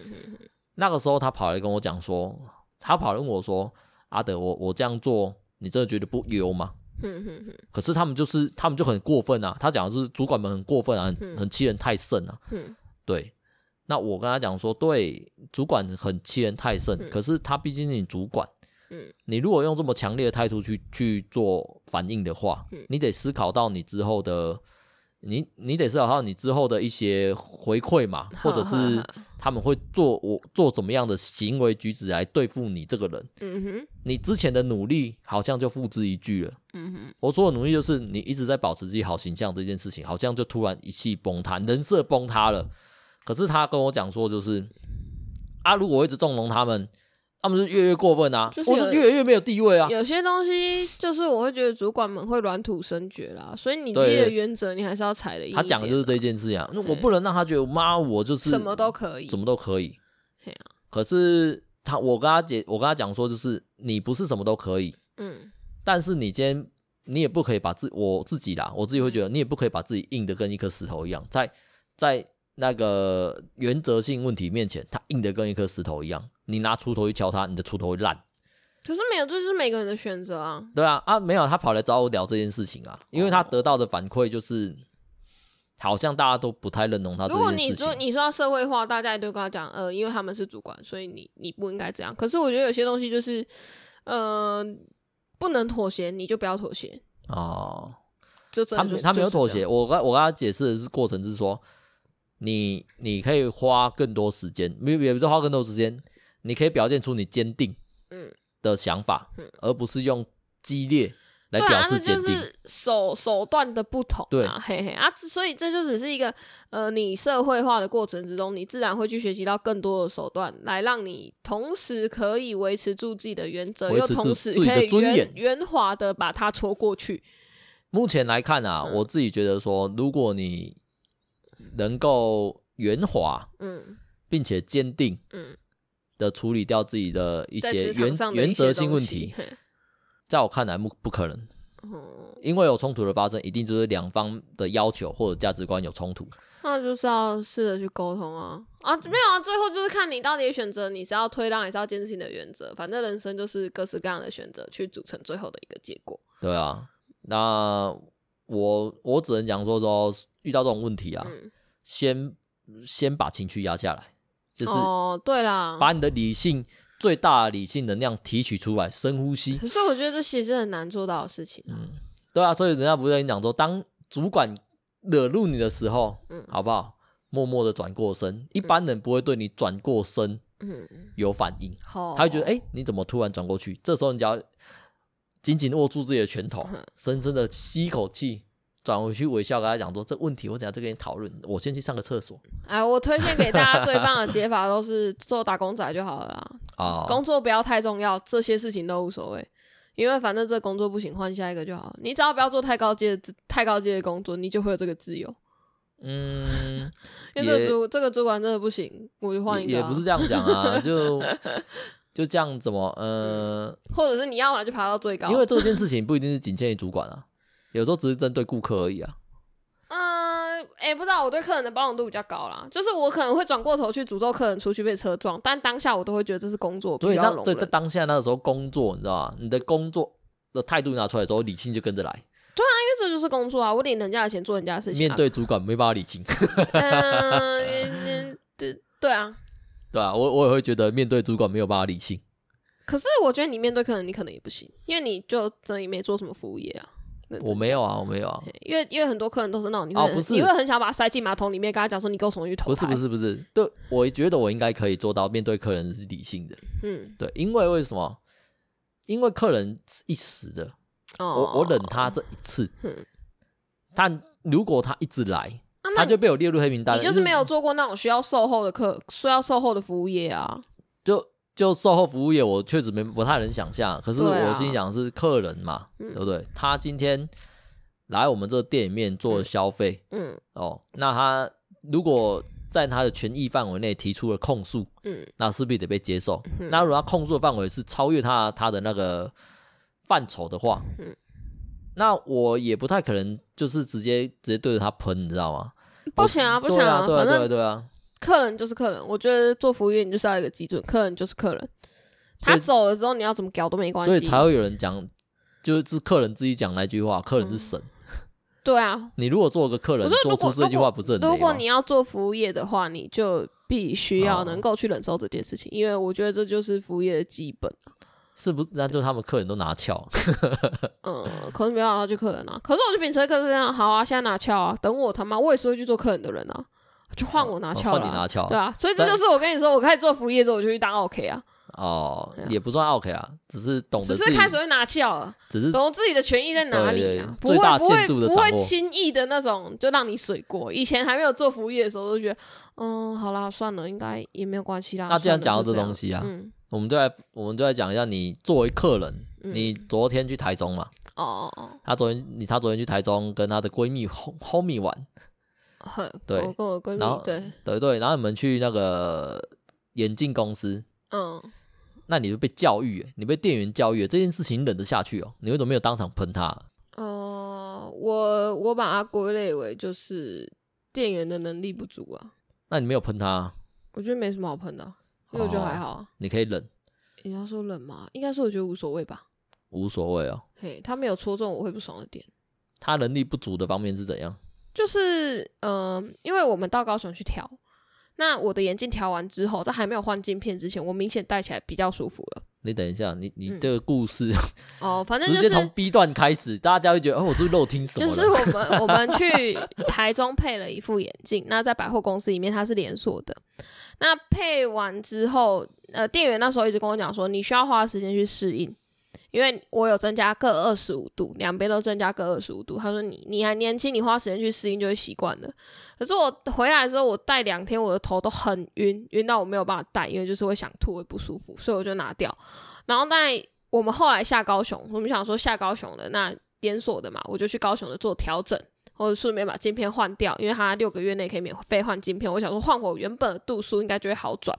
Speaker 1: 那个时候他跑来跟我讲说，他跑来问我说：“阿德，我我这样做，你真的觉得不优吗？”
Speaker 2: 哼哼哼
Speaker 1: 可是他们就是他们就很过分啊，他讲的是主管们很过分啊，
Speaker 2: 嗯
Speaker 1: 很很欺人太甚啊。
Speaker 2: 哼，
Speaker 1: 对，那我跟他讲说，对，主管很欺人太甚，
Speaker 2: 嗯
Speaker 1: 可是他毕竟是你主管，
Speaker 2: 嗯，
Speaker 1: 你如果用这么强烈的态度去去做反应的话，
Speaker 2: 嗯
Speaker 1: 你得思考到你之后的，你你得思考到你之后的一些回馈嘛，或者
Speaker 2: 呵呵
Speaker 1: 是
Speaker 2: 呵
Speaker 1: 他们会做我做怎么样的行为举止来对付你这个人，
Speaker 2: 嗯哼，
Speaker 1: 你之前的努力好像就付之一炬了。
Speaker 2: 嗯哼，
Speaker 1: 我说的努力就是你一直在保持自己好形象这件事情，好像就突然一气崩塌，人设崩塌了。可是他跟我讲说，就是啊，如果我一直纵容他们，他们是越来越过分啊，
Speaker 2: 就是
Speaker 1: 我
Speaker 2: 有
Speaker 1: 是越来越没有地位啊。
Speaker 2: 有些东西就是我会觉得主管们会软土生绝啦，所以你自
Speaker 1: 对
Speaker 2: 己的原则你还是要踩的硬一点
Speaker 1: 他讲的就是这件事情啊，那我不能让他觉得妈我就是
Speaker 2: 什么都可以
Speaker 1: 怎，么都可以
Speaker 2: 嘿啊。
Speaker 1: 可是他，我跟他解，我跟他讲说，就是你不是什么都可以，
Speaker 2: 嗯
Speaker 1: 但是你今天你也不可以把自我自己啦，我自己会觉得你也不可以把自己硬的跟一颗石头一样，在在那个原则性问题面前，他硬的跟一颗石头一样，你拿锄头去敲他，你的锄头会烂。
Speaker 2: 可是没有，这就是每个人的选择啊。
Speaker 1: 对啊，啊没有，他跑来找我聊这件事情啊，因为他
Speaker 2: 哦
Speaker 1: 得到的反馈就是，好像大家都不太认同他这
Speaker 2: 哦如果
Speaker 1: 件
Speaker 2: 你
Speaker 1: 事
Speaker 2: 说
Speaker 1: 情。
Speaker 2: 你说到社会化，大家也都跟他讲，呃，因为他们是主管，所以你你不应该这样。可是我觉得有些东西就是，呃，不能妥协，你就不要妥协，
Speaker 1: 哦，
Speaker 2: 就真
Speaker 1: 他
Speaker 2: 的就
Speaker 1: 没
Speaker 2: 是
Speaker 1: 他没有
Speaker 2: 就是
Speaker 1: 妥
Speaker 2: 这
Speaker 1: 协，
Speaker 2: 样
Speaker 1: 我跟我跟他解释的是过程是说，你你可以花更多时间，没有也不是花更多时间，你可以表现出你坚定
Speaker 2: 嗯
Speaker 1: 的想法，
Speaker 2: 嗯
Speaker 1: 而不是用激烈来
Speaker 2: 对
Speaker 1: 表
Speaker 2: 啊，这
Speaker 1: 示坚
Speaker 2: 就
Speaker 1: 定。
Speaker 2: 是手手段的不同、啊，
Speaker 1: 对
Speaker 2: 嘿嘿啊，所以这就只是一个呃，你社会化的过程之中，你自然会去学习到更多的手段，来让你同时可以维持住自己的原则，
Speaker 1: 维
Speaker 2: 又
Speaker 1: 持住
Speaker 2: 同
Speaker 1: 自
Speaker 2: 时
Speaker 1: 己的
Speaker 2: 可以
Speaker 1: 尊
Speaker 2: 圆
Speaker 1: 严
Speaker 2: 圆滑的把它戳过去。
Speaker 1: 目前来看啊，
Speaker 2: 嗯
Speaker 1: 我自己觉得说，如果你能够圆滑
Speaker 2: 嗯
Speaker 1: 并且坚定
Speaker 2: 嗯，
Speaker 1: 的处理掉自己的一
Speaker 2: 在
Speaker 1: 些
Speaker 2: 职
Speaker 1: 原
Speaker 2: 场上的一
Speaker 1: 原
Speaker 2: 些
Speaker 1: 则性
Speaker 2: 东
Speaker 1: 问
Speaker 2: 西
Speaker 1: 题，
Speaker 2: 嘿
Speaker 1: 在我看来不不可能，
Speaker 2: 嗯，
Speaker 1: 因为有冲突的发生，一定就是两方的要求或者价值观有冲突。
Speaker 2: 那就是要试着去沟通啊
Speaker 1: 嗯
Speaker 2: 啊，没有啊，最后就是看你到底选择你是要推让还是要坚持你的原则，反正人生就是各式各样的选择去组成最后的一个结果。
Speaker 1: 对啊，那我我只能讲说说遇到这种问题啊，
Speaker 2: 嗯，
Speaker 1: 先先把情绪压下来，就是
Speaker 2: 哦，对啦，
Speaker 1: 把你的理性最大的理性能量提取出来，深呼吸
Speaker 2: 可。是我觉得这其实很难做到的事情啊、
Speaker 1: 对啊，所以人家不是跟你讲说，当主管惹怒你的时候，
Speaker 2: 嗯
Speaker 1: 好不好？默默的转过身，一般人不会对你转过身
Speaker 2: 嗯嗯，哦
Speaker 1: 有反应，
Speaker 2: 好，
Speaker 1: 他会觉得哎、诶你怎么突然转过去？这时候你只要紧紧握住自己的拳头
Speaker 2: 嗯，
Speaker 1: 深深的吸一口气，转回去微笑，跟他讲说这问题我等下再跟你讨论，我先去上个厕所
Speaker 2: 哎，我推荐给大家最棒的解法都是做打工仔就好了 啦，
Speaker 1: 啊。
Speaker 2: 工作不要太重要，这些事情都无所谓。因为反正这工作不行，换下一个就好了。你只要不要做太高阶的、太高阶的工作，你就会有这个自由。
Speaker 1: 嗯，
Speaker 2: 因为这个
Speaker 1: 也
Speaker 2: 主这个主管真的不行，我就 换一个、
Speaker 1: 也
Speaker 2: 啊。
Speaker 1: 也不是这样讲 啊，就就这样怎么呃，
Speaker 2: 或者是你要嘛就爬到最高。
Speaker 1: 因为这件事情不一定是仅限于主管啊，有时候只是针对顾客而已啊。
Speaker 2: 嗯，哎、不知道，我对客人的包容度比较高啦，就是我可能会转过头去诅咒客人出去被车撞，但当下我都会觉得这是工作，
Speaker 1: 所以
Speaker 2: 比
Speaker 1: 那
Speaker 2: 较容
Speaker 1: 对
Speaker 2: 忍。
Speaker 1: 在当下那个时候工作，你知道吗？你的工作的态度拿出来之后，理性就跟着来。
Speaker 2: 因为这就是工作啊，我领人家的钱做人家的事情、啊。
Speaker 1: 面对主管没办法理性，
Speaker 2: 嗯，嗯，对对啊。
Speaker 1: 对啊，我我也会觉得面对主管没有办法理性。
Speaker 2: 可是我觉得你面对客人，你可能也不行，因为你就真的也没做什么服务业啊。那
Speaker 1: 我没有啊，我没有啊，
Speaker 2: 嘿因为因为很多客人都是那种，你会、
Speaker 1: 哦不是
Speaker 2: 你会很想把他塞进马桶里面，跟他讲说你给我从去投
Speaker 1: 不是
Speaker 2: 胎
Speaker 1: 不，是不是，对，我觉得我应该可以做到面对客人是理性的，
Speaker 2: 嗯，
Speaker 1: 对，因为为什么？因为客人是一时的，
Speaker 2: 哦，
Speaker 1: 我我忍他这一次
Speaker 2: 嗯，
Speaker 1: 但如果他一直来，
Speaker 2: 啊那
Speaker 1: 他就被我列入黑名单
Speaker 2: 你
Speaker 1: 了，嗯
Speaker 2: 就是没有做过那种需要售后的客，需要售后的服务业啊。
Speaker 1: 就就售后服务业，我确实没不太能想象。可是
Speaker 2: 对啊
Speaker 1: 我心里想是客人嘛，
Speaker 2: 嗯
Speaker 1: 对不对？他今天来我们这个店里面做消费，
Speaker 2: 嗯
Speaker 1: 哦，那他如果在他的权益范围内提出了控诉，
Speaker 2: 嗯
Speaker 1: 那势必得被接受。
Speaker 2: 嗯
Speaker 1: 那如果他控诉的范围是超越他他的那个范畴的话，
Speaker 2: 嗯
Speaker 1: 那我也不太可能就是直接直接对着他喷，你知道吗？
Speaker 2: 不行啊，不行
Speaker 1: 对啊，对啊，
Speaker 2: 反
Speaker 1: 对啊，
Speaker 2: 正
Speaker 1: 对啊。
Speaker 2: 客人就是客人。我觉得做服务业你就是要有一个基准，客人就是客人，
Speaker 1: 所
Speaker 2: 他
Speaker 1: 以
Speaker 2: 走了之后你要怎么搞都没关系。
Speaker 1: 所以才会有人讲就是客人自己讲那句话，客
Speaker 2: 嗯
Speaker 1: 人是神。
Speaker 2: 对啊，
Speaker 1: 你如果做个客人
Speaker 2: 我说
Speaker 1: 说
Speaker 2: 如
Speaker 1: 出
Speaker 2: 果
Speaker 1: 这句话，不是很雷吗
Speaker 2: 如果你要做服务业的话，你就必须
Speaker 1: 哦
Speaker 2: 要能够去忍受这件事情，因为我觉得这就是服务业的基本。
Speaker 1: 是不？那就他们客人都拿翘，
Speaker 2: 嗯，可是没办法去客人啊。可是我去秉承客人啊，好啊，现在拿翘啊，等我他妈我也是会去做客人的人啊，就换我拿
Speaker 1: 哦
Speaker 2: 翘了、
Speaker 1: 换你拿翘
Speaker 2: 对啊，所以这
Speaker 1: 但
Speaker 2: 就是我跟你说，我开始做服务业之后，我就去当 OK 啊，
Speaker 1: 哦
Speaker 2: 对啊，
Speaker 1: 也不算 OK 啊，只是懂得
Speaker 2: 只
Speaker 1: 自
Speaker 2: 是
Speaker 1: 己
Speaker 2: 开始会拿翘了，
Speaker 1: 只是
Speaker 2: 懂自己的权益在哪里
Speaker 1: 对
Speaker 2: 啊，
Speaker 1: 对
Speaker 2: 不
Speaker 1: 最大
Speaker 2: 会不
Speaker 1: 限度
Speaker 2: 会
Speaker 1: 地
Speaker 2: 不
Speaker 1: 掌握
Speaker 2: 会轻易的那种就让你水过。以前还没有做服务业的时候，都觉得嗯，好啦，算了，应该也没有关系啦。
Speaker 1: 那既然
Speaker 2: 算了
Speaker 1: 讲到
Speaker 2: 就
Speaker 1: 这
Speaker 2: 这样
Speaker 1: 东西啊
Speaker 2: 嗯，
Speaker 1: 我们就来我们就来讲一下，你作为客人，
Speaker 2: 嗯
Speaker 1: 你昨天去台中嘛？
Speaker 2: 哦哦
Speaker 1: 她昨天你她昨天去台中跟她的闺蜜 hom- homie 玩，
Speaker 2: 哦，很
Speaker 1: 对
Speaker 2: 我跟我闺
Speaker 1: 然后
Speaker 2: 蜜对，
Speaker 1: 对对，然后你们去那个眼镜公司，
Speaker 2: 嗯，
Speaker 1: 那你就被教育欸，你被店员教育欸这件事情，你忍得下去哦？你为什么没有当场喷啊她？
Speaker 2: 哦，我我把它归类为就是店员的能力不足啊，
Speaker 1: 那你没有喷她，
Speaker 2: 我觉得没什么好喷的啊，因为我觉
Speaker 1: 哦
Speaker 2: 得还好啊。
Speaker 1: 你可以忍，
Speaker 2: 你要说冷吗？应该是我觉得无所谓吧。
Speaker 1: 无所谓哦。
Speaker 2: 嘿，他没有戳中我会不爽的点，
Speaker 1: 她能力不足的方面是怎样？
Speaker 2: 就是嗯、因为我们到高雄去调，那我的眼镜调完之后，在还没有换镜片之前，我明显戴起来比较舒服了。
Speaker 1: 你等一下，你你
Speaker 2: 嗯
Speaker 1: 这个故事、
Speaker 2: 哦，反 正
Speaker 1: 直
Speaker 2: 就
Speaker 1: 接
Speaker 2: 是
Speaker 1: 从 B 段开始，大家会觉得哦，我这是漏听什么
Speaker 2: 就
Speaker 1: 了？
Speaker 2: 是我们我们去台中配了一副眼镜，那在百货公司里面它是连锁的。那配完之后，呃，店员那时候一直跟我讲说，你需要花时间去适应，因为我有增加各二十五度，两边都增加各二十五度。他说你你还年轻，你花时间去适应就会习惯的。可是我回来之后，我戴两天，我的头都很晕，晕到我没有办法戴，因为就是会想吐，会不舒服，所以我就拿掉。然后但我们后来下高雄，我们想说下高雄的那连锁的嘛，我就去高雄的做调整，或者顺便把镜片换掉，因为它六个月内可以免费换镜片。我想说换我原本的度数应该就会好转，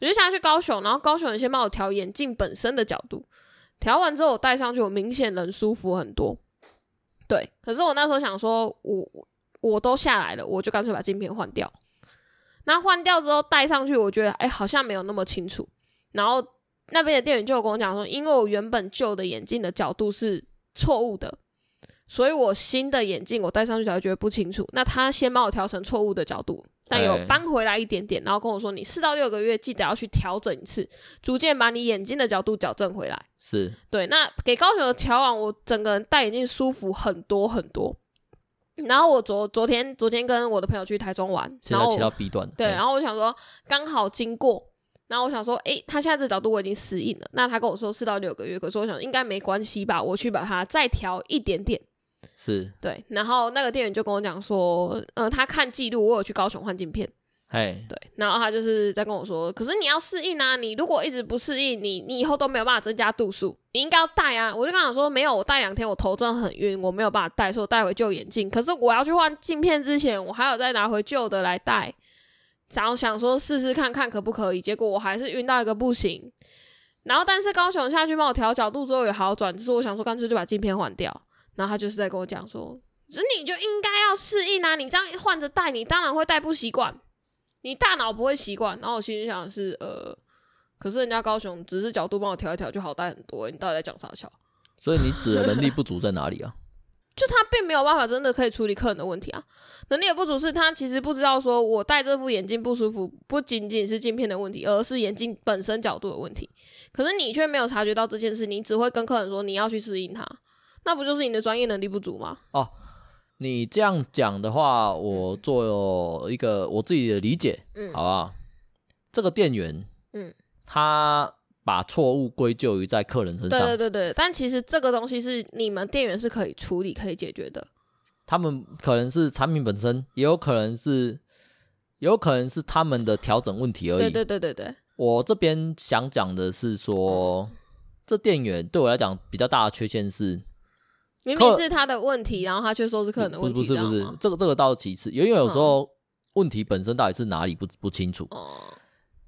Speaker 2: 我就下去高雄，然后高雄人先帮我调眼镜本身的角度，调完之后我戴上去，我明显人舒服很多。对，可是我那时候想说，我我都下来了，我就干脆把镜片换掉。那换掉之后戴上去，我觉得哎、好像没有那么清楚。然后那边的店员就有跟我讲说，因为我原本旧的眼镜的角度是错误的，所以我新的眼镜我戴上去才会觉得不清楚。那他先帮我调成错误的角度，但有
Speaker 1: 哎
Speaker 2: 搬回来一点点，然后跟我说你四到六个月记得要去调整一次，逐渐把你眼睛的角度矫正回来。
Speaker 1: 是
Speaker 2: 对，那给高雄的调网，我整个人戴眼镜舒服很多很多。然后我昨昨天昨天跟我的朋友去台中玩，
Speaker 1: 现
Speaker 2: 然
Speaker 1: 在
Speaker 2: 后
Speaker 1: 切到
Speaker 2: 我
Speaker 1: B 段了，
Speaker 2: 对，
Speaker 1: 哎
Speaker 2: 然后我想说刚好经过，然后我想说，诶，他现在这角度我已经适应了。那他跟我说四到六个月，可是我想应该没关系吧，我去把它再调一点点。
Speaker 1: 是，
Speaker 2: 对，然后那个店员就跟我讲说，呃，他看记录，我有去高雄换镜片。
Speaker 1: 嘿，
Speaker 2: 对，然后他就是在跟我说，可是你要适应啊，你如果一直不适应，你你以后都没有办法增加度数，你应该要戴啊。我就跟他讲说，没有，我戴两天，我头真的很晕，我没有办法戴，所以我戴回旧眼镜。可是我要去换镜片之前，我还有再拿回旧的来戴，然后想说试试看看可不可以，结果我还是晕到一个不行。然后但是高雄下去帮我调角度之后有好转，只是我想说干脆就把镜片换掉。然后他就是在跟我讲说，只是你就应该要适应啊，你这样换着戴，你当然会戴不习惯。你大脑不会习惯。然后我心里想的是，呃，可是人家高雄只是角度帮我调一调就好戴很多，欸你到底在讲啥笑？
Speaker 1: 所以你指的能力不足在哪里 啊？
Speaker 2: 就他并没有办法真的可以处理客人的问题啊，能力也不足，是他其实不知道说我戴这副眼镜不舒服，不仅仅是镜片的问题，而是眼镜本身角度的问题。可是你却没有察觉到这件事，你只会跟客人说你要去适应它，那不就是你的专业能力不足吗？
Speaker 1: 你这样讲的话，我做一个我自己的理解，
Speaker 2: 嗯
Speaker 1: 好不好？这个店员，
Speaker 2: 嗯，
Speaker 1: 他把错误归咎于在客人身上，
Speaker 2: 对对对对，但其实这个东西是你们店员是可以处理、可以解决的。
Speaker 1: 他们可能是产品本身，也有可能是，也有可能是他们的调整问题而已。
Speaker 2: 对对对对对，
Speaker 1: 我这边想讲的是说，这店员对我来讲比较大的缺陷是，
Speaker 2: 明
Speaker 1: 客
Speaker 2: 明是他的问题，然后他却说是客人的
Speaker 1: 不是
Speaker 2: 问题，
Speaker 1: 不是不
Speaker 2: 知
Speaker 1: 是
Speaker 2: 道吗，嗯
Speaker 1: 这个这个倒是其次，因为有时候问题本身到底是哪里不不清楚。
Speaker 2: 哦，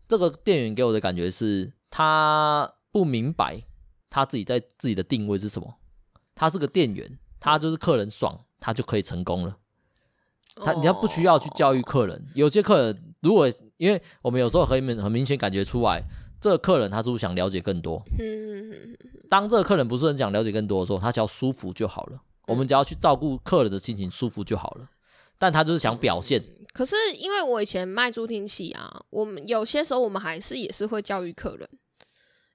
Speaker 1: 这个店员给我的感觉是，他不明白他自己在自己的定位是什么。他是个店员，他就是客人爽，他就可以成功了。他你要不需要去
Speaker 2: 哦
Speaker 1: 教育客人，有些客人如果因为我们有时候很明很明显感觉出来，这个客人他是不是想了解更多？
Speaker 2: 嗯，
Speaker 1: 当这个客人不是很想了解更多的时候，他只要舒服就好
Speaker 2: 嗯
Speaker 1: 了。我们只要去照顾客人的心情，舒服就好了。但他就是想表现，
Speaker 2: 可是因为我以前卖助听器啊，我们有些时候我们还是也是会教育客人，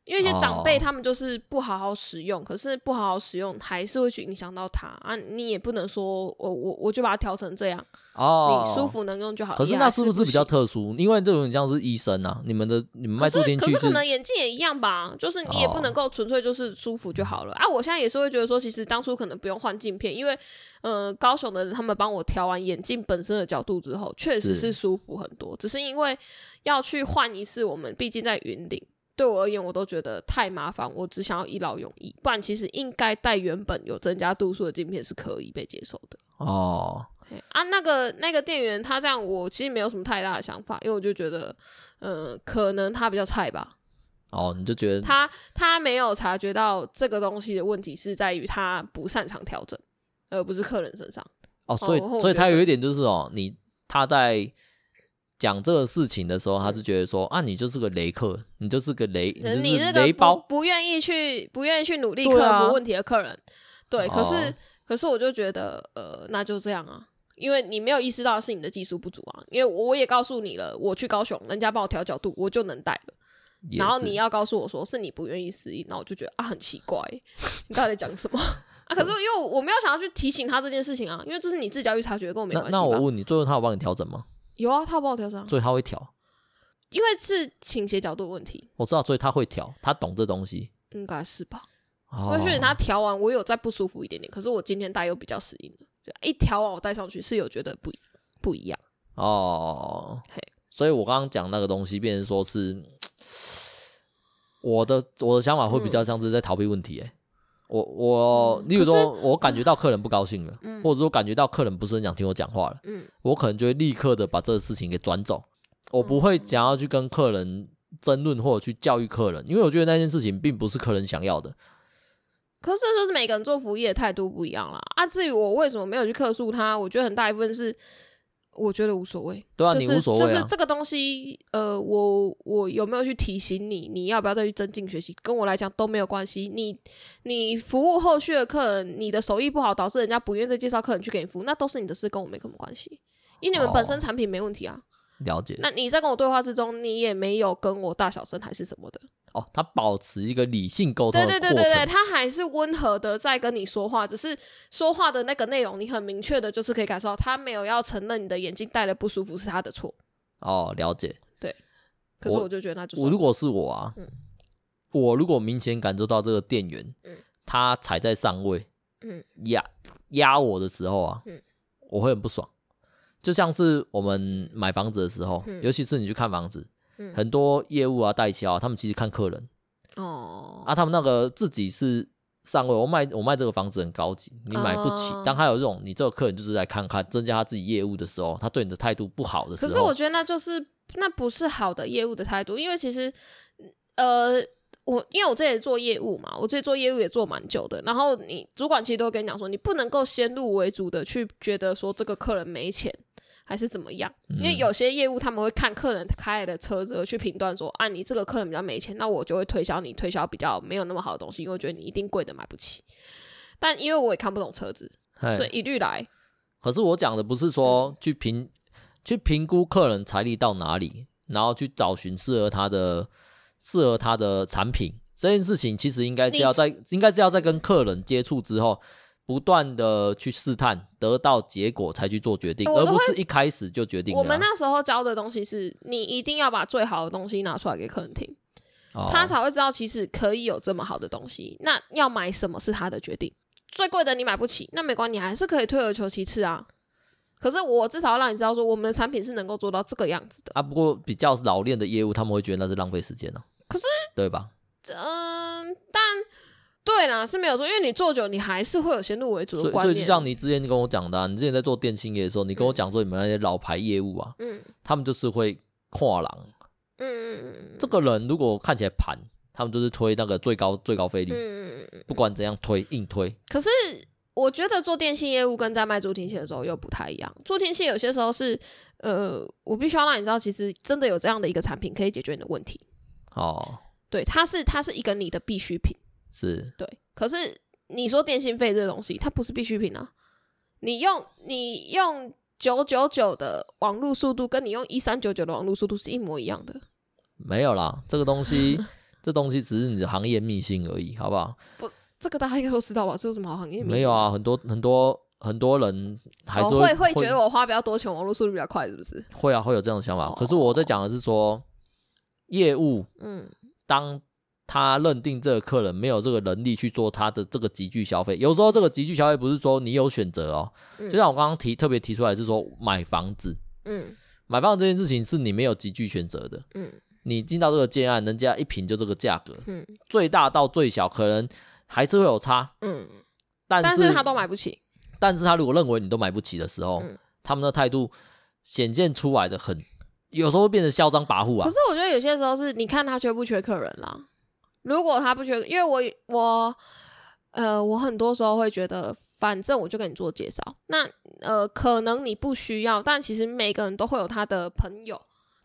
Speaker 2: 因为一些长辈
Speaker 1: 哦
Speaker 2: 他们就是不好好使用，可是不好好使用还是会去影响到他啊。你也不能说我我我就把它调成这样，
Speaker 1: 哦，
Speaker 2: 嗯你舒。服能用就好。
Speaker 1: 可是
Speaker 2: 也
Speaker 1: 那
Speaker 2: 还
Speaker 1: 是
Speaker 2: 是
Speaker 1: 不是比较
Speaker 2: 行？
Speaker 1: 特殊？因为这种像是医生啊，你们的你们卖助
Speaker 2: 可是
Speaker 1: 听
Speaker 2: 可
Speaker 1: 器
Speaker 2: 是可能眼镜也一样吧，就是你也不能够纯粹就是舒服就好了、啊。我现在也是会觉得说，其实当初可能不用换镜片，因为呃，高雄的人他们帮我调完眼镜本身的角度之后，确实
Speaker 1: 是
Speaker 2: 是舒服很多。只是因为要去换一次，我们毕竟在云顶，对我而言我都觉得太麻烦，我只想要一劳永逸。不然其实应该带原本有增加度数的镜片是可以被接受的。
Speaker 1: 哦，
Speaker 2: 对啊，那个那个店员他这样，我其实没有什么太大的想法，因为我就觉得，呃，可能他比较菜吧。
Speaker 1: 哦，你就觉得
Speaker 2: 他他没有察觉到这个东西的问题是在于他不擅长调整，而不是客人身上。
Speaker 1: 哦，所以
Speaker 2: 哦我
Speaker 1: 所以他
Speaker 2: 觉得
Speaker 1: 有一点就是哦，你他在讲这个事情的时候，
Speaker 2: 嗯
Speaker 1: 他就觉得说啊，你就是个雷客，你就是个雷，你
Speaker 2: 可
Speaker 1: 就是
Speaker 2: 你这
Speaker 1: 是
Speaker 2: 个
Speaker 1: 雷
Speaker 2: 不
Speaker 1: 包，
Speaker 2: 不愿意去不愿意去努力
Speaker 1: 对啊
Speaker 2: 克服问题的客人，对，可是、
Speaker 1: 哦
Speaker 2: 可是我就觉得呃，那就这样啊。因为你没有意识到是你的技术不足啊，因为我也告诉你了，我去高雄，人家帮我调角度，我就能带了。
Speaker 1: 也
Speaker 2: 然后
Speaker 1: 是
Speaker 2: 你要告诉我说是你不愿意适应，那我就觉得啊很奇怪，你到底在讲什么 啊？可是因
Speaker 1: 嗯
Speaker 2: 为我我没有想要去提醒他这件事情啊，因为这是你自己要去察觉，跟我没
Speaker 1: 那
Speaker 2: 关系
Speaker 1: 那我
Speaker 2: 吧？
Speaker 1: 问你，最后他有帮你调整吗？
Speaker 2: 有啊，他有帮我调整啊，
Speaker 1: 所以他会调，
Speaker 2: 因为是倾斜角度的问题，
Speaker 1: 我知道，所以他会调，他懂这东西。
Speaker 2: 应该是吧？
Speaker 1: 哦
Speaker 2: 我也觉得他调完我有再不舒服一点点，可是我今天戴又比较适应了，就一调完我戴上去是有觉得不一不一样，
Speaker 1: 哦
Speaker 2: 嘿，
Speaker 1: 所以我刚刚讲那个东西，变成说是我的我的想法会比较像是在逃避问题、欸。我我，
Speaker 2: 嗯
Speaker 1: 例如
Speaker 2: 可是
Speaker 1: 说，我感觉到客人不高兴了，
Speaker 2: 嗯
Speaker 1: 或者说感觉到客人不是很想听我讲话了，
Speaker 2: 嗯
Speaker 1: 我可能就会立刻的把这个事情给转走，我不会想要去跟客人争论或者去教育客人，因为我觉得那件事情并不是客人想要的。
Speaker 2: 可是这就是每个人做服务业的态度不一样啦。啊，至于我为什么没有去客诉他，我觉得很大一部分是我觉得无所谓。
Speaker 1: 对啊，
Speaker 2: 就
Speaker 1: 你
Speaker 2: 是
Speaker 1: 无所谓
Speaker 2: 就是
Speaker 1: 啊，
Speaker 2: 这个东西，呃，我我有没有去提醒你，你要不要再去增进学习，跟我来讲都没有关系。你你服务后续的客人，你的手艺不好，导致人家不愿意再介绍客人去给你服务，那都是你的事，跟我没什么关系。因为你们本
Speaker 1: 哦
Speaker 2: 身产品没问题啊，
Speaker 1: 了解。
Speaker 2: 那你在跟我对话之中，你也没有跟我大小声还是什么的，
Speaker 1: 哦，他保持一个理性沟通
Speaker 2: 对
Speaker 1: 的
Speaker 2: 对
Speaker 1: 过
Speaker 2: 对
Speaker 1: 程。
Speaker 2: 对对，他还是温和的在跟你说话，只是说话的那个内容，你很明确的就是可以感受到他没有要承认你的眼镜戴的不舒服是他的错，
Speaker 1: 哦，了解。
Speaker 2: 可是
Speaker 1: 我
Speaker 2: 我就觉得那就是
Speaker 1: 我如果是我啊，
Speaker 2: 嗯
Speaker 1: 我如果明显感受到这个店员，
Speaker 2: 嗯
Speaker 1: 他踩在上位，
Speaker 2: 嗯
Speaker 1: 压压我的时候啊，
Speaker 2: 嗯
Speaker 1: 我会很不爽。就像是我们买房子的时候，
Speaker 2: 嗯
Speaker 1: 尤其是你去看房子，
Speaker 2: 嗯
Speaker 1: 很多业务啊、代销啊，他们其实看客人
Speaker 2: 哦
Speaker 1: 啊，他们那个自己是上位，我卖我卖这个房子很高级，你买不起。
Speaker 2: 哦
Speaker 1: 当他有这种你这个客人就是来看看，增加他自己业务的时候，他对你的态度不好的时
Speaker 2: 可
Speaker 1: 候，
Speaker 2: 是我觉得那就是那不是好的业务的态度，因为其实呃，我因为我之前做业务嘛，我自己做业务也做蛮久的，然后你主管其实都会跟你讲说，你不能够先入为主的去觉得说这个客人没钱。还是怎么样？因为
Speaker 1: 嗯
Speaker 2: 有些业务他们会看客人开来的车子而去评断说，啊，你这个客人比较没钱，那我就会推销你推销比较没有那么好的东西，因为我觉得你一定贵的买不起。但因为我也看不懂车子，
Speaker 1: 嘿
Speaker 2: 所以一律来。
Speaker 1: 可是我讲的不是
Speaker 2: 嗯
Speaker 1: 说去评去评估客人财力到哪里，然后去找寻适合他的适合他的产品这件事情，其实应该是要在应该是要在跟客人接触之后，不断的去试探，得到结果才去做决定，
Speaker 2: 我
Speaker 1: 而
Speaker 2: 都会
Speaker 1: 不是一开始就决定了啊。
Speaker 2: 我们那时候教的东西是，你一定要把最好的东西拿出来给客人听，
Speaker 1: 哦
Speaker 2: 他才会知道其实可以有这么好的东西。那要买什么是他的决定，最贵的你买不起，那没关系，还是可以退而求其次啊。可是我至少要让你知道说，我们的产品是能够做到这个样子的。
Speaker 1: 啊，不过比较老练的业务，他们会觉得那是浪费时间呢、啊
Speaker 2: 可是
Speaker 1: 对吧？
Speaker 2: 嗯，但对啦是没有错，因为你做久，你还是会有先入为主
Speaker 1: 所
Speaker 2: 的
Speaker 1: 以
Speaker 2: 观
Speaker 1: 所以
Speaker 2: 念。啊
Speaker 1: 就像你之前跟我讲的、啊，你之前在做电信业的时候，你跟我讲说你们那些老牌业务啊，
Speaker 2: 嗯
Speaker 1: 他们就是会跨栏。
Speaker 2: 嗯嗯嗯
Speaker 1: 这个人如果看起来盘，他们就是推那个最高最高费率，
Speaker 2: 嗯嗯嗯。
Speaker 1: 不管怎样推硬推。
Speaker 2: 可是我觉得做电信业务跟在卖助听器的时候又不太一样。助听器有些时候是，呃，我必须要让你知道，其实真的有这样的一个产品可以解决你的问题。
Speaker 1: 哦，
Speaker 2: 对，它是它是一个你的必需品，
Speaker 1: 是
Speaker 2: 对。可是你说电信费这东西，它不是必需品啊。你用你用九九九的网络速度，跟你用一三九九的网络速度是一模一样的。
Speaker 1: 没有啦，这个东 西，这东西只是你的行业秘辛而已，好不好？
Speaker 2: 这个大家应该都知道吧？是有什么好行业？
Speaker 1: 没有，啊，很多很多很多人还是
Speaker 2: 哦、会
Speaker 1: 会
Speaker 2: 会觉得哦我花比较多钱，网络速度比较快，是不是？
Speaker 1: 会啊，会有这种想法。可是我在讲的是说，业务
Speaker 2: 嗯，
Speaker 1: 当他认定这个客人没有这个能力去做他的这个急剧消费，有时候这个急剧消费不是说你有选择哦，
Speaker 2: 嗯
Speaker 1: 就像我刚刚提特别提出来是说买房子，
Speaker 2: 嗯
Speaker 1: 买房子这件事情是你没有急剧选择的。
Speaker 2: 嗯
Speaker 1: 你进到这个建案，人家一平就这个价格，
Speaker 2: 嗯
Speaker 1: 最大到最小可能还是会有差，
Speaker 2: 嗯，
Speaker 1: 但
Speaker 2: 但
Speaker 1: 是
Speaker 2: 是他都买不起。
Speaker 1: 但是他如果认为你都买不起的时候，
Speaker 2: 嗯
Speaker 1: 他们的态度显现出来的很，有时候会变得嚣张跋扈啊
Speaker 2: 可。是我觉得有些时候是你看他缺不缺客人啦。如果他不缺，因为我我呃，我很多时候会觉得，反正我就跟你做介绍。那呃，可能你不需要，但其实每个人都会有他的朋友、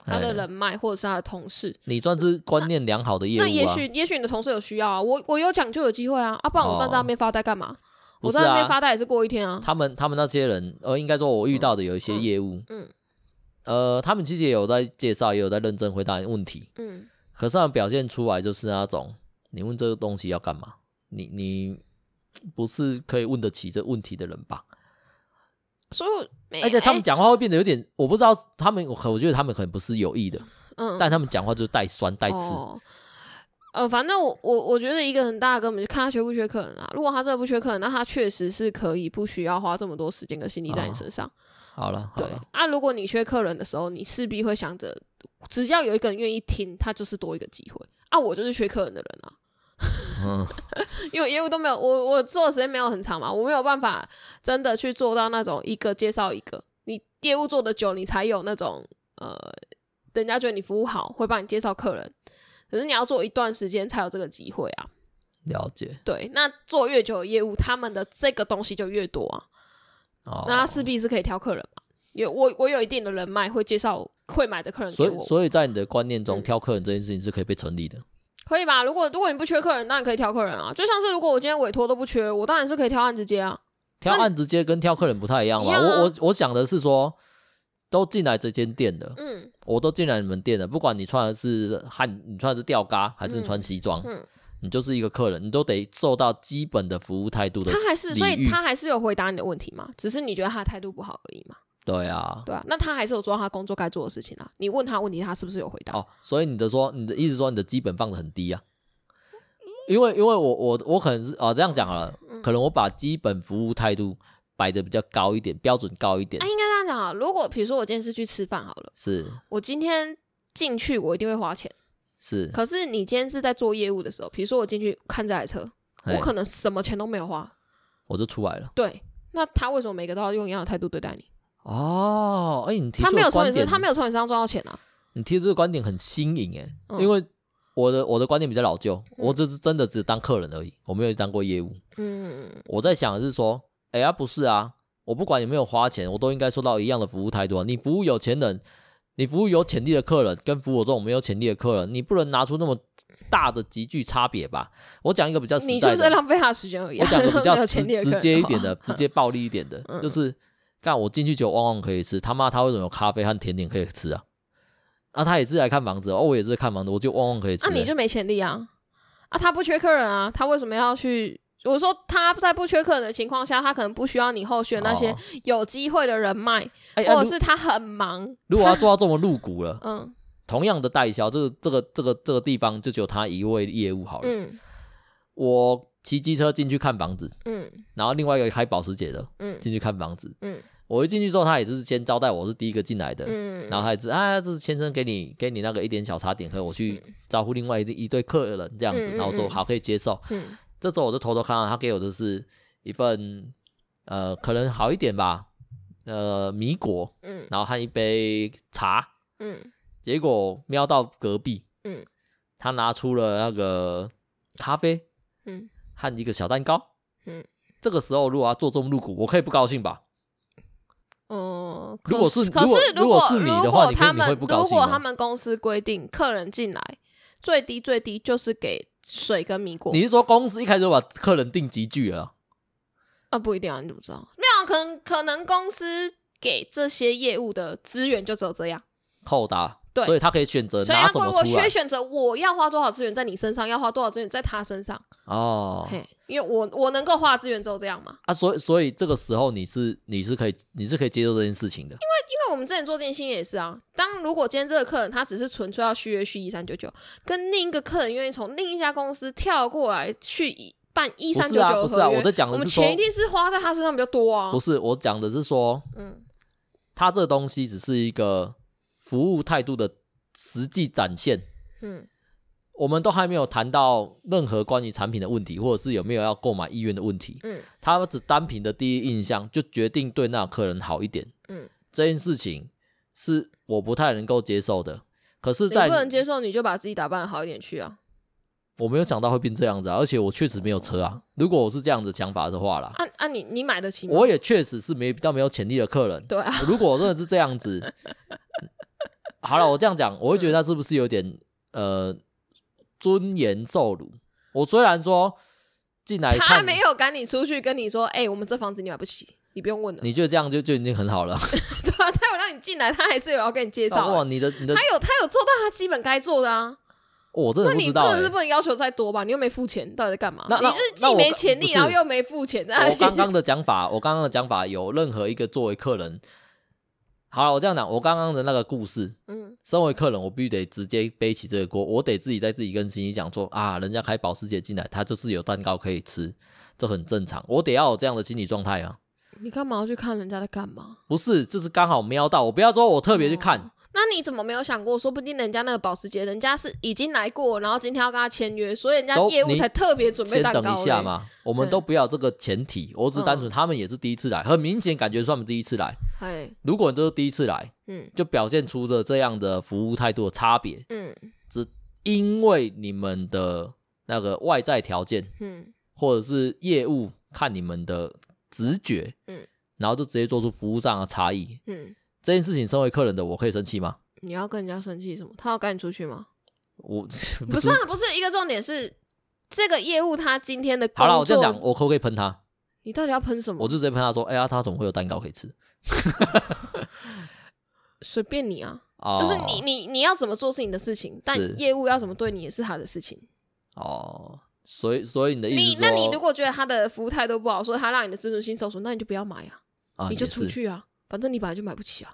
Speaker 2: 他的
Speaker 1: 哎
Speaker 2: 人脉或者是他的同事。
Speaker 1: 你算是观念良好的业务啊。
Speaker 2: 那也许也许你的同事有需要啊，我我有讲就有机会啊，啊，不然我站在那边发呆干嘛？
Speaker 1: 哦不
Speaker 2: 我
Speaker 1: 是
Speaker 2: 在那边
Speaker 1: 啊，
Speaker 2: 发呆也是过一天啊。
Speaker 1: 他们他们那些人，呃，应该说我遇到的有一些业务，
Speaker 2: 嗯
Speaker 1: 呃，他们其实也有在介绍，也有在认真回答你问题，
Speaker 2: 嗯
Speaker 1: 可是他们表现出来就是那种，你问这个东西要干嘛？你你不是可以问得起这问题的人吧？
Speaker 2: 所以我没
Speaker 1: 而且他们
Speaker 2: 哎
Speaker 1: 讲话会变得有点，我不知道他们，我我觉得他们可能不是有意的，
Speaker 2: 嗯
Speaker 1: 但他们讲话就是带酸带刺。
Speaker 2: 哦呃，反正我我我觉得一个很大的根本就看他缺不缺客人啦。如果他真的不缺客人，那他确实是可以不需要花这么多时间跟心力在
Speaker 1: 哦
Speaker 2: 你身上。
Speaker 1: 好了好
Speaker 2: 对
Speaker 1: 了，
Speaker 2: 啊，如果你缺客人的时候，你势必会想着，只要有一个人愿意听，他就是多一个机会。啊，我就是缺客人的人啊，
Speaker 1: 嗯，
Speaker 2: 因为业务都没有我我做的时间没有很长嘛，我没有办法真的去做到那种一个介绍一个。你业务做的久，你才有那种呃，人家觉得你服务好，会帮你介绍客人。可是你要做一段时间才有这个机会啊。
Speaker 1: 了解
Speaker 2: 对，那做越久的业务，他们的这个东西就越多啊，
Speaker 1: 哦。
Speaker 2: 那他势必是可以挑客人嘛。有我我有一定的人脉，会介绍会买的客人给
Speaker 1: 所以
Speaker 2: 我，
Speaker 1: 所以在你的观念中，
Speaker 2: 嗯
Speaker 1: 挑客人这件事情是可以被成立的。
Speaker 2: 可以吧？如果如果你不缺客人，当然可以挑客人啊。就像是如果我今天委托都不缺，我当然是可以挑案子接啊。
Speaker 1: 挑案直接跟挑客人不太一样吧？
Speaker 2: 一样啊
Speaker 1: 我我我想的是说，都进来这间店的，
Speaker 2: 嗯
Speaker 1: 我都进来你们店的，不管你穿的是汉，你穿的是吊嘎，还是你
Speaker 2: 嗯
Speaker 1: 穿西装，
Speaker 2: 嗯，
Speaker 1: 你就是一个客人，你都得受到基本的服务态度的
Speaker 2: 他。还是所
Speaker 1: 礼
Speaker 2: 以
Speaker 1: 遇
Speaker 2: 他还是有回答你的问题嘛，只是你觉得他的态度不好而已嘛，
Speaker 1: 对啊，
Speaker 2: 对啊，那他还是有做到他工作该做的事情啊。你问他问题，他是不是有回答？
Speaker 1: 哦，所以你的说，你的意思说你的基本放的很低啊？因为因为我我我可能是啊、这样讲好了，
Speaker 2: 嗯
Speaker 1: 可能我把基本服务态度摆的比较高一点，标准高一点
Speaker 2: 啊，，应该这样讲啊。如果比如说我今天是去吃饭好了，
Speaker 1: 是
Speaker 2: 我今天进去我一定会花钱。
Speaker 1: 是，
Speaker 2: 可是你今天是在做业务的时候，比如说我进去看这台车，
Speaker 1: 嘿
Speaker 2: 我可能什么钱都没有花，
Speaker 1: 我就出来了。
Speaker 2: 对，那他为什么每个都要用一样的态度对待你？
Speaker 1: 哦，哎、你提
Speaker 2: 他
Speaker 1: 出
Speaker 2: 没有
Speaker 1: 的
Speaker 2: 从
Speaker 1: 观
Speaker 2: 你身，
Speaker 1: 点，
Speaker 2: 他没有从你身上赚到钱 啊。
Speaker 1: 你提出的观点很新颖哎、
Speaker 2: 嗯
Speaker 1: 因为我的我的观点比较老旧，我只是真的只当客人而已，我没有当过业务。
Speaker 2: 嗯，
Speaker 1: 我在想的是说，哎、呀、不是啊，我不管有没有花钱，我都应该受到一样的服务态度啊。你服务有钱人，你服务有潜力的客人，跟服务我这种没有潜力的客人，你不能拿出那么大的急剧差别吧？我讲一个比较实
Speaker 2: 你就
Speaker 1: 在
Speaker 2: 是在哎
Speaker 1: 的，
Speaker 2: 浪费他的时间而已、
Speaker 1: 我
Speaker 2: 啊。
Speaker 1: 讲个比
Speaker 2: 没
Speaker 1: 较直
Speaker 2: 有潜力的哦
Speaker 1: 直
Speaker 2: 客
Speaker 1: 接
Speaker 2: 人
Speaker 1: 一点的，
Speaker 2: 好嗯
Speaker 1: 直接暴力一点的，就是干我进去酒旺旺可以吃，他妈他为什么有咖啡和甜点可以吃啊？啊，他也是来看房子哦，我也是看房子，我就旺旺可以吃、
Speaker 2: 啊，你
Speaker 1: 欸
Speaker 2: 就没潜力啊！啊，他不缺客人啊，他为什么要去？我说他在不缺客人的情况下，他可能不需要你后续的那些
Speaker 1: 哦
Speaker 2: 有机会的人脉，
Speaker 1: 哎哦呀、
Speaker 2: 或者
Speaker 1: 如
Speaker 2: 是他很忙，
Speaker 1: 如果要做到这么露骨了，
Speaker 2: 嗯
Speaker 1: 同样的代销，这个这个这个这个地方就只有他一位业务好了。
Speaker 2: 嗯
Speaker 1: 我骑机车进去看房子，
Speaker 2: 嗯
Speaker 1: 然后另外一个开保时捷的
Speaker 2: 嗯
Speaker 1: 进去看房子。
Speaker 2: 嗯
Speaker 1: 我一进去之后，他也是先招待我是第一个进来的，
Speaker 2: 嗯，
Speaker 1: 然后他也是啊，这是先生给你给你那个一点小茶点，和我去
Speaker 2: 嗯
Speaker 1: 招呼另外一一对客人这样子。
Speaker 2: 嗯嗯
Speaker 1: 然后我说
Speaker 2: 嗯
Speaker 1: 好，可以接受。
Speaker 2: 嗯
Speaker 1: 这时候我就偷偷看到他给我的是一份呃，可能好一点吧，呃，米果，
Speaker 2: 嗯
Speaker 1: 然后和一杯茶。
Speaker 2: 嗯
Speaker 1: 结果瞄到隔壁，
Speaker 2: 嗯，
Speaker 1: 他拿出了那个咖啡
Speaker 2: 嗯，
Speaker 1: 和一个小蛋糕，
Speaker 2: 嗯，
Speaker 1: 这个时候如果要做这么露骨，我可以不高兴吧？
Speaker 2: 哦，
Speaker 1: 如
Speaker 2: 可
Speaker 1: 果是
Speaker 2: 可
Speaker 1: 如果
Speaker 2: 是
Speaker 1: 如果
Speaker 2: 果
Speaker 1: 是你的话
Speaker 2: 如果
Speaker 1: 你会
Speaker 2: 他
Speaker 1: 你会
Speaker 2: 们
Speaker 1: 不高兴
Speaker 2: 如果
Speaker 1: 吗
Speaker 2: 他们公司规定客人进来最低最低就是给水跟米果
Speaker 1: 你是说公司一开始就把客人定集聚了啊？
Speaker 2: 啊，不一定啊，你怎么知道？没有啊，可能可能公司给这些业务的资源就只有这样，
Speaker 1: 扣打，
Speaker 2: 对
Speaker 1: 所以他可以选择
Speaker 2: 所以
Speaker 1: 呃拿
Speaker 2: 他
Speaker 1: 什
Speaker 2: 规
Speaker 1: 么
Speaker 2: 我
Speaker 1: 出
Speaker 2: 缺
Speaker 1: 来
Speaker 2: 选择我要花多少资源在你身上，要花多少资源在他身上，
Speaker 1: 哦
Speaker 2: 嘿，因为我我能够花的资源只有这样嘛。
Speaker 1: 啊，所以所以这个时候你是你是可以你是可以接受这件事情的，
Speaker 2: 因为我们之前做电信也是啊，当如果今天这个客人他只是纯粹要续约续一三九九，跟另一个客人愿意从另一家公司跳过来去一办一
Speaker 1: 不
Speaker 2: 三
Speaker 1: 是
Speaker 2: 九
Speaker 1: 啊
Speaker 2: 九
Speaker 1: 不是
Speaker 2: 合
Speaker 1: 啊，
Speaker 2: 约，
Speaker 1: 我在讲
Speaker 2: 我
Speaker 1: 的
Speaker 2: 们
Speaker 1: 是说
Speaker 2: 钱一定是花在他身上比较多啊
Speaker 1: 不。是我讲的是说
Speaker 2: 嗯，
Speaker 1: 他这个东西只是一个服务态度的实际展现，
Speaker 2: 嗯，
Speaker 1: 我们都还没有谈到任何关于产品的问题，或者是有没有要购买意愿的问题。
Speaker 2: 嗯，
Speaker 1: 他们只单凭的第一印象就决定对那个客人好一点。
Speaker 2: 嗯，
Speaker 1: 这件事情是我不太能够接受的。可是
Speaker 2: 你
Speaker 1: 在，
Speaker 2: 不能接受，你就把自己打扮好一点去啊。
Speaker 1: 我没有想到会变这样子、啊，而且我确实没有车啊。如果我是这样子想法的话啦，
Speaker 2: 啊啊你，你买得起吗？
Speaker 1: 我也确实是没比较没有潜力的客人。
Speaker 2: 对啊，
Speaker 1: 如果我真的是这样子， 好了，我这样讲，我会觉得他是不是有点呃尊严受辱？我虽然说进来
Speaker 2: 他
Speaker 1: 看，
Speaker 2: 没有赶你出去跟你说，哎、我们这房子你买不起，你不用问了。
Speaker 1: 你就这样就就已经很好了。
Speaker 2: 对啊，他有让你进来，他还是有要跟你介绍、
Speaker 1: 哇，你的你的
Speaker 2: 他，有他有做到他基本该做的啊。
Speaker 1: 我真的
Speaker 2: 那
Speaker 1: 不
Speaker 2: 你
Speaker 1: 知
Speaker 2: 真
Speaker 1: 道
Speaker 2: 的
Speaker 1: 欸
Speaker 2: 是不能要求再多吧？你又没付钱，到底在干嘛？
Speaker 1: 那那
Speaker 2: 你是
Speaker 1: 那
Speaker 2: 既
Speaker 1: 我
Speaker 2: 没潜力，
Speaker 1: 不是
Speaker 2: 然后又没付 钱，那
Speaker 1: 我刚刚的讲法，我刚刚的讲法有任何一个作为客人，好了，我这样讲，我刚刚的那个故事，
Speaker 2: 嗯
Speaker 1: 身为客人，我必须得直接背起这个锅，我得自己在自己跟自己讲说啊，人家开保时捷进来，他就是有蛋糕可以吃，这很正常，我得要有这样的心理状态啊，
Speaker 2: 你干嘛要去看人家在干嘛？
Speaker 1: 不是，就是刚好瞄到，我不要说我特别去看，
Speaker 2: 哦那你怎么没有想过，说不定人家那个保时捷，人家是已经来过，然后今天要跟他签约，所以人家
Speaker 1: 都
Speaker 2: 业务
Speaker 1: 你
Speaker 2: 才特别准备
Speaker 1: 先
Speaker 2: 蛋糕
Speaker 1: 等
Speaker 2: 嘞。
Speaker 1: 一下嘛，我们
Speaker 2: 嗯
Speaker 1: 都不要这个前提，我只是单纯他们也是第一次来，很明显感觉是他们第一次来，
Speaker 2: 嘿，
Speaker 1: 如果你都是第一次来，
Speaker 2: 嗯
Speaker 1: 就表现出了这样的服务态度的差别，
Speaker 2: 嗯
Speaker 1: 因为你们的那个外在条件
Speaker 2: 嗯
Speaker 1: 或者是业务看你们的直觉，
Speaker 2: 嗯，
Speaker 1: 然后就直接做出服务上的差异。
Speaker 2: 嗯，
Speaker 1: 这件事情，身为客人的我可以生气吗？
Speaker 2: 你要跟人家生气什么？他要赶你出去吗？
Speaker 1: 我
Speaker 2: 不
Speaker 1: 不
Speaker 2: 是啊，不是一个重点是这个业务他今天的工
Speaker 1: 好
Speaker 2: 作
Speaker 1: 了，我这样讲，我可不可以喷他？
Speaker 2: 你到底要喷什么？
Speaker 1: 我就直接喷他说：“哎呀，他怎么会有蛋糕可以吃
Speaker 2: 随便你啊，？”
Speaker 1: 哦，
Speaker 2: 就是你你你要怎么做是你的事情，但
Speaker 1: 是
Speaker 2: 业务要怎么对你也是他的事情。
Speaker 1: 哦，所以所以你的意思
Speaker 2: 你
Speaker 1: 是
Speaker 2: 那
Speaker 1: 说
Speaker 2: 你如果觉得他的服务态度不好，说他让你的自尊心受损，那你就不要买啊，
Speaker 1: 啊
Speaker 2: 你就
Speaker 1: 也
Speaker 2: 出
Speaker 1: 是
Speaker 2: 去啊，反正你本来就买不起啊。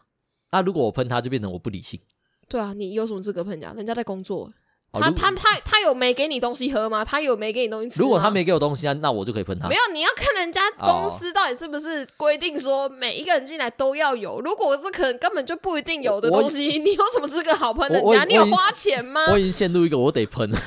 Speaker 1: 那如果我喷他，就变成我不理性。
Speaker 2: 对啊，你有什么资格喷人家？人家在工作，欸
Speaker 1: 哦
Speaker 2: 他
Speaker 1: 如
Speaker 2: 他他他有没给你东西喝吗？他有没给你东西吃吗？
Speaker 1: 如果他没哦给我东西，那那我就可以喷他
Speaker 2: 没。有，你要看人家公司到底是不是规定说每一个人进来都要有。如果这可能根本就不一定有的
Speaker 1: 我
Speaker 2: 东西，你有什么资格好喷人
Speaker 1: 我我
Speaker 2: 家？你有
Speaker 1: 我已
Speaker 2: 花钱吗？
Speaker 1: 我已经陷入一个我得喷。
Speaker 2: 这是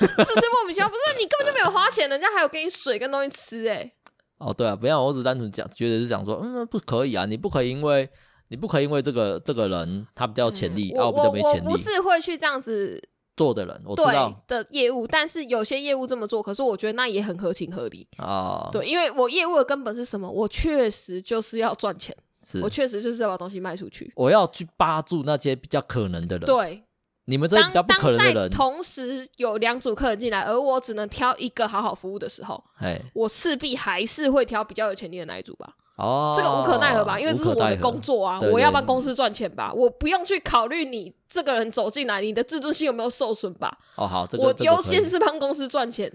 Speaker 2: 莫名其妙，不是你根本就没有花钱，人家还有给你水跟东西吃、欸，哎，
Speaker 1: 哦，对啊，不要，我只单纯讲，觉得是讲说，嗯，不可以啊，你不可以因为你不可以因为这个这个人他比较有潜力，啊，
Speaker 2: 我
Speaker 1: 比较
Speaker 2: 嗯我
Speaker 1: 没
Speaker 2: 我
Speaker 1: 潜力
Speaker 2: 不是会去这样子
Speaker 1: 做的人，我知
Speaker 2: 对
Speaker 1: 道
Speaker 2: 的业务，但是有些业务这么做，可是我觉得那也很合情合理。
Speaker 1: 啊，
Speaker 2: 对，因为我业务的根本是什么？我确实就是要赚钱，
Speaker 1: 是
Speaker 2: 我确实就是要把东西卖出去。
Speaker 1: 我要去扒住那些比较可能的人，，
Speaker 2: 对，
Speaker 1: 你啊们这些
Speaker 2: 当
Speaker 1: 比较不可能
Speaker 2: 当
Speaker 1: 的
Speaker 2: 在
Speaker 1: 人，
Speaker 2: 同时有两组客人进来，而我只能挑一个好好服务的时候，
Speaker 1: 哎，
Speaker 2: 我势必还是会挑比较有潜力的那一组吧。
Speaker 1: 哦，
Speaker 2: 这个无可奈何吧，因为这是我
Speaker 1: 无可奈
Speaker 2: 的
Speaker 1: 何
Speaker 2: 工，作啊，
Speaker 1: 对
Speaker 2: 我要
Speaker 1: 对
Speaker 2: 帮公司赚钱吧，我不用去考虑你这个人走进来，你的自尊心有没有受损吧。
Speaker 1: 哦，好，这个
Speaker 2: 我
Speaker 1: 这个
Speaker 2: 优
Speaker 1: 可以
Speaker 2: 先是帮公司赚钱，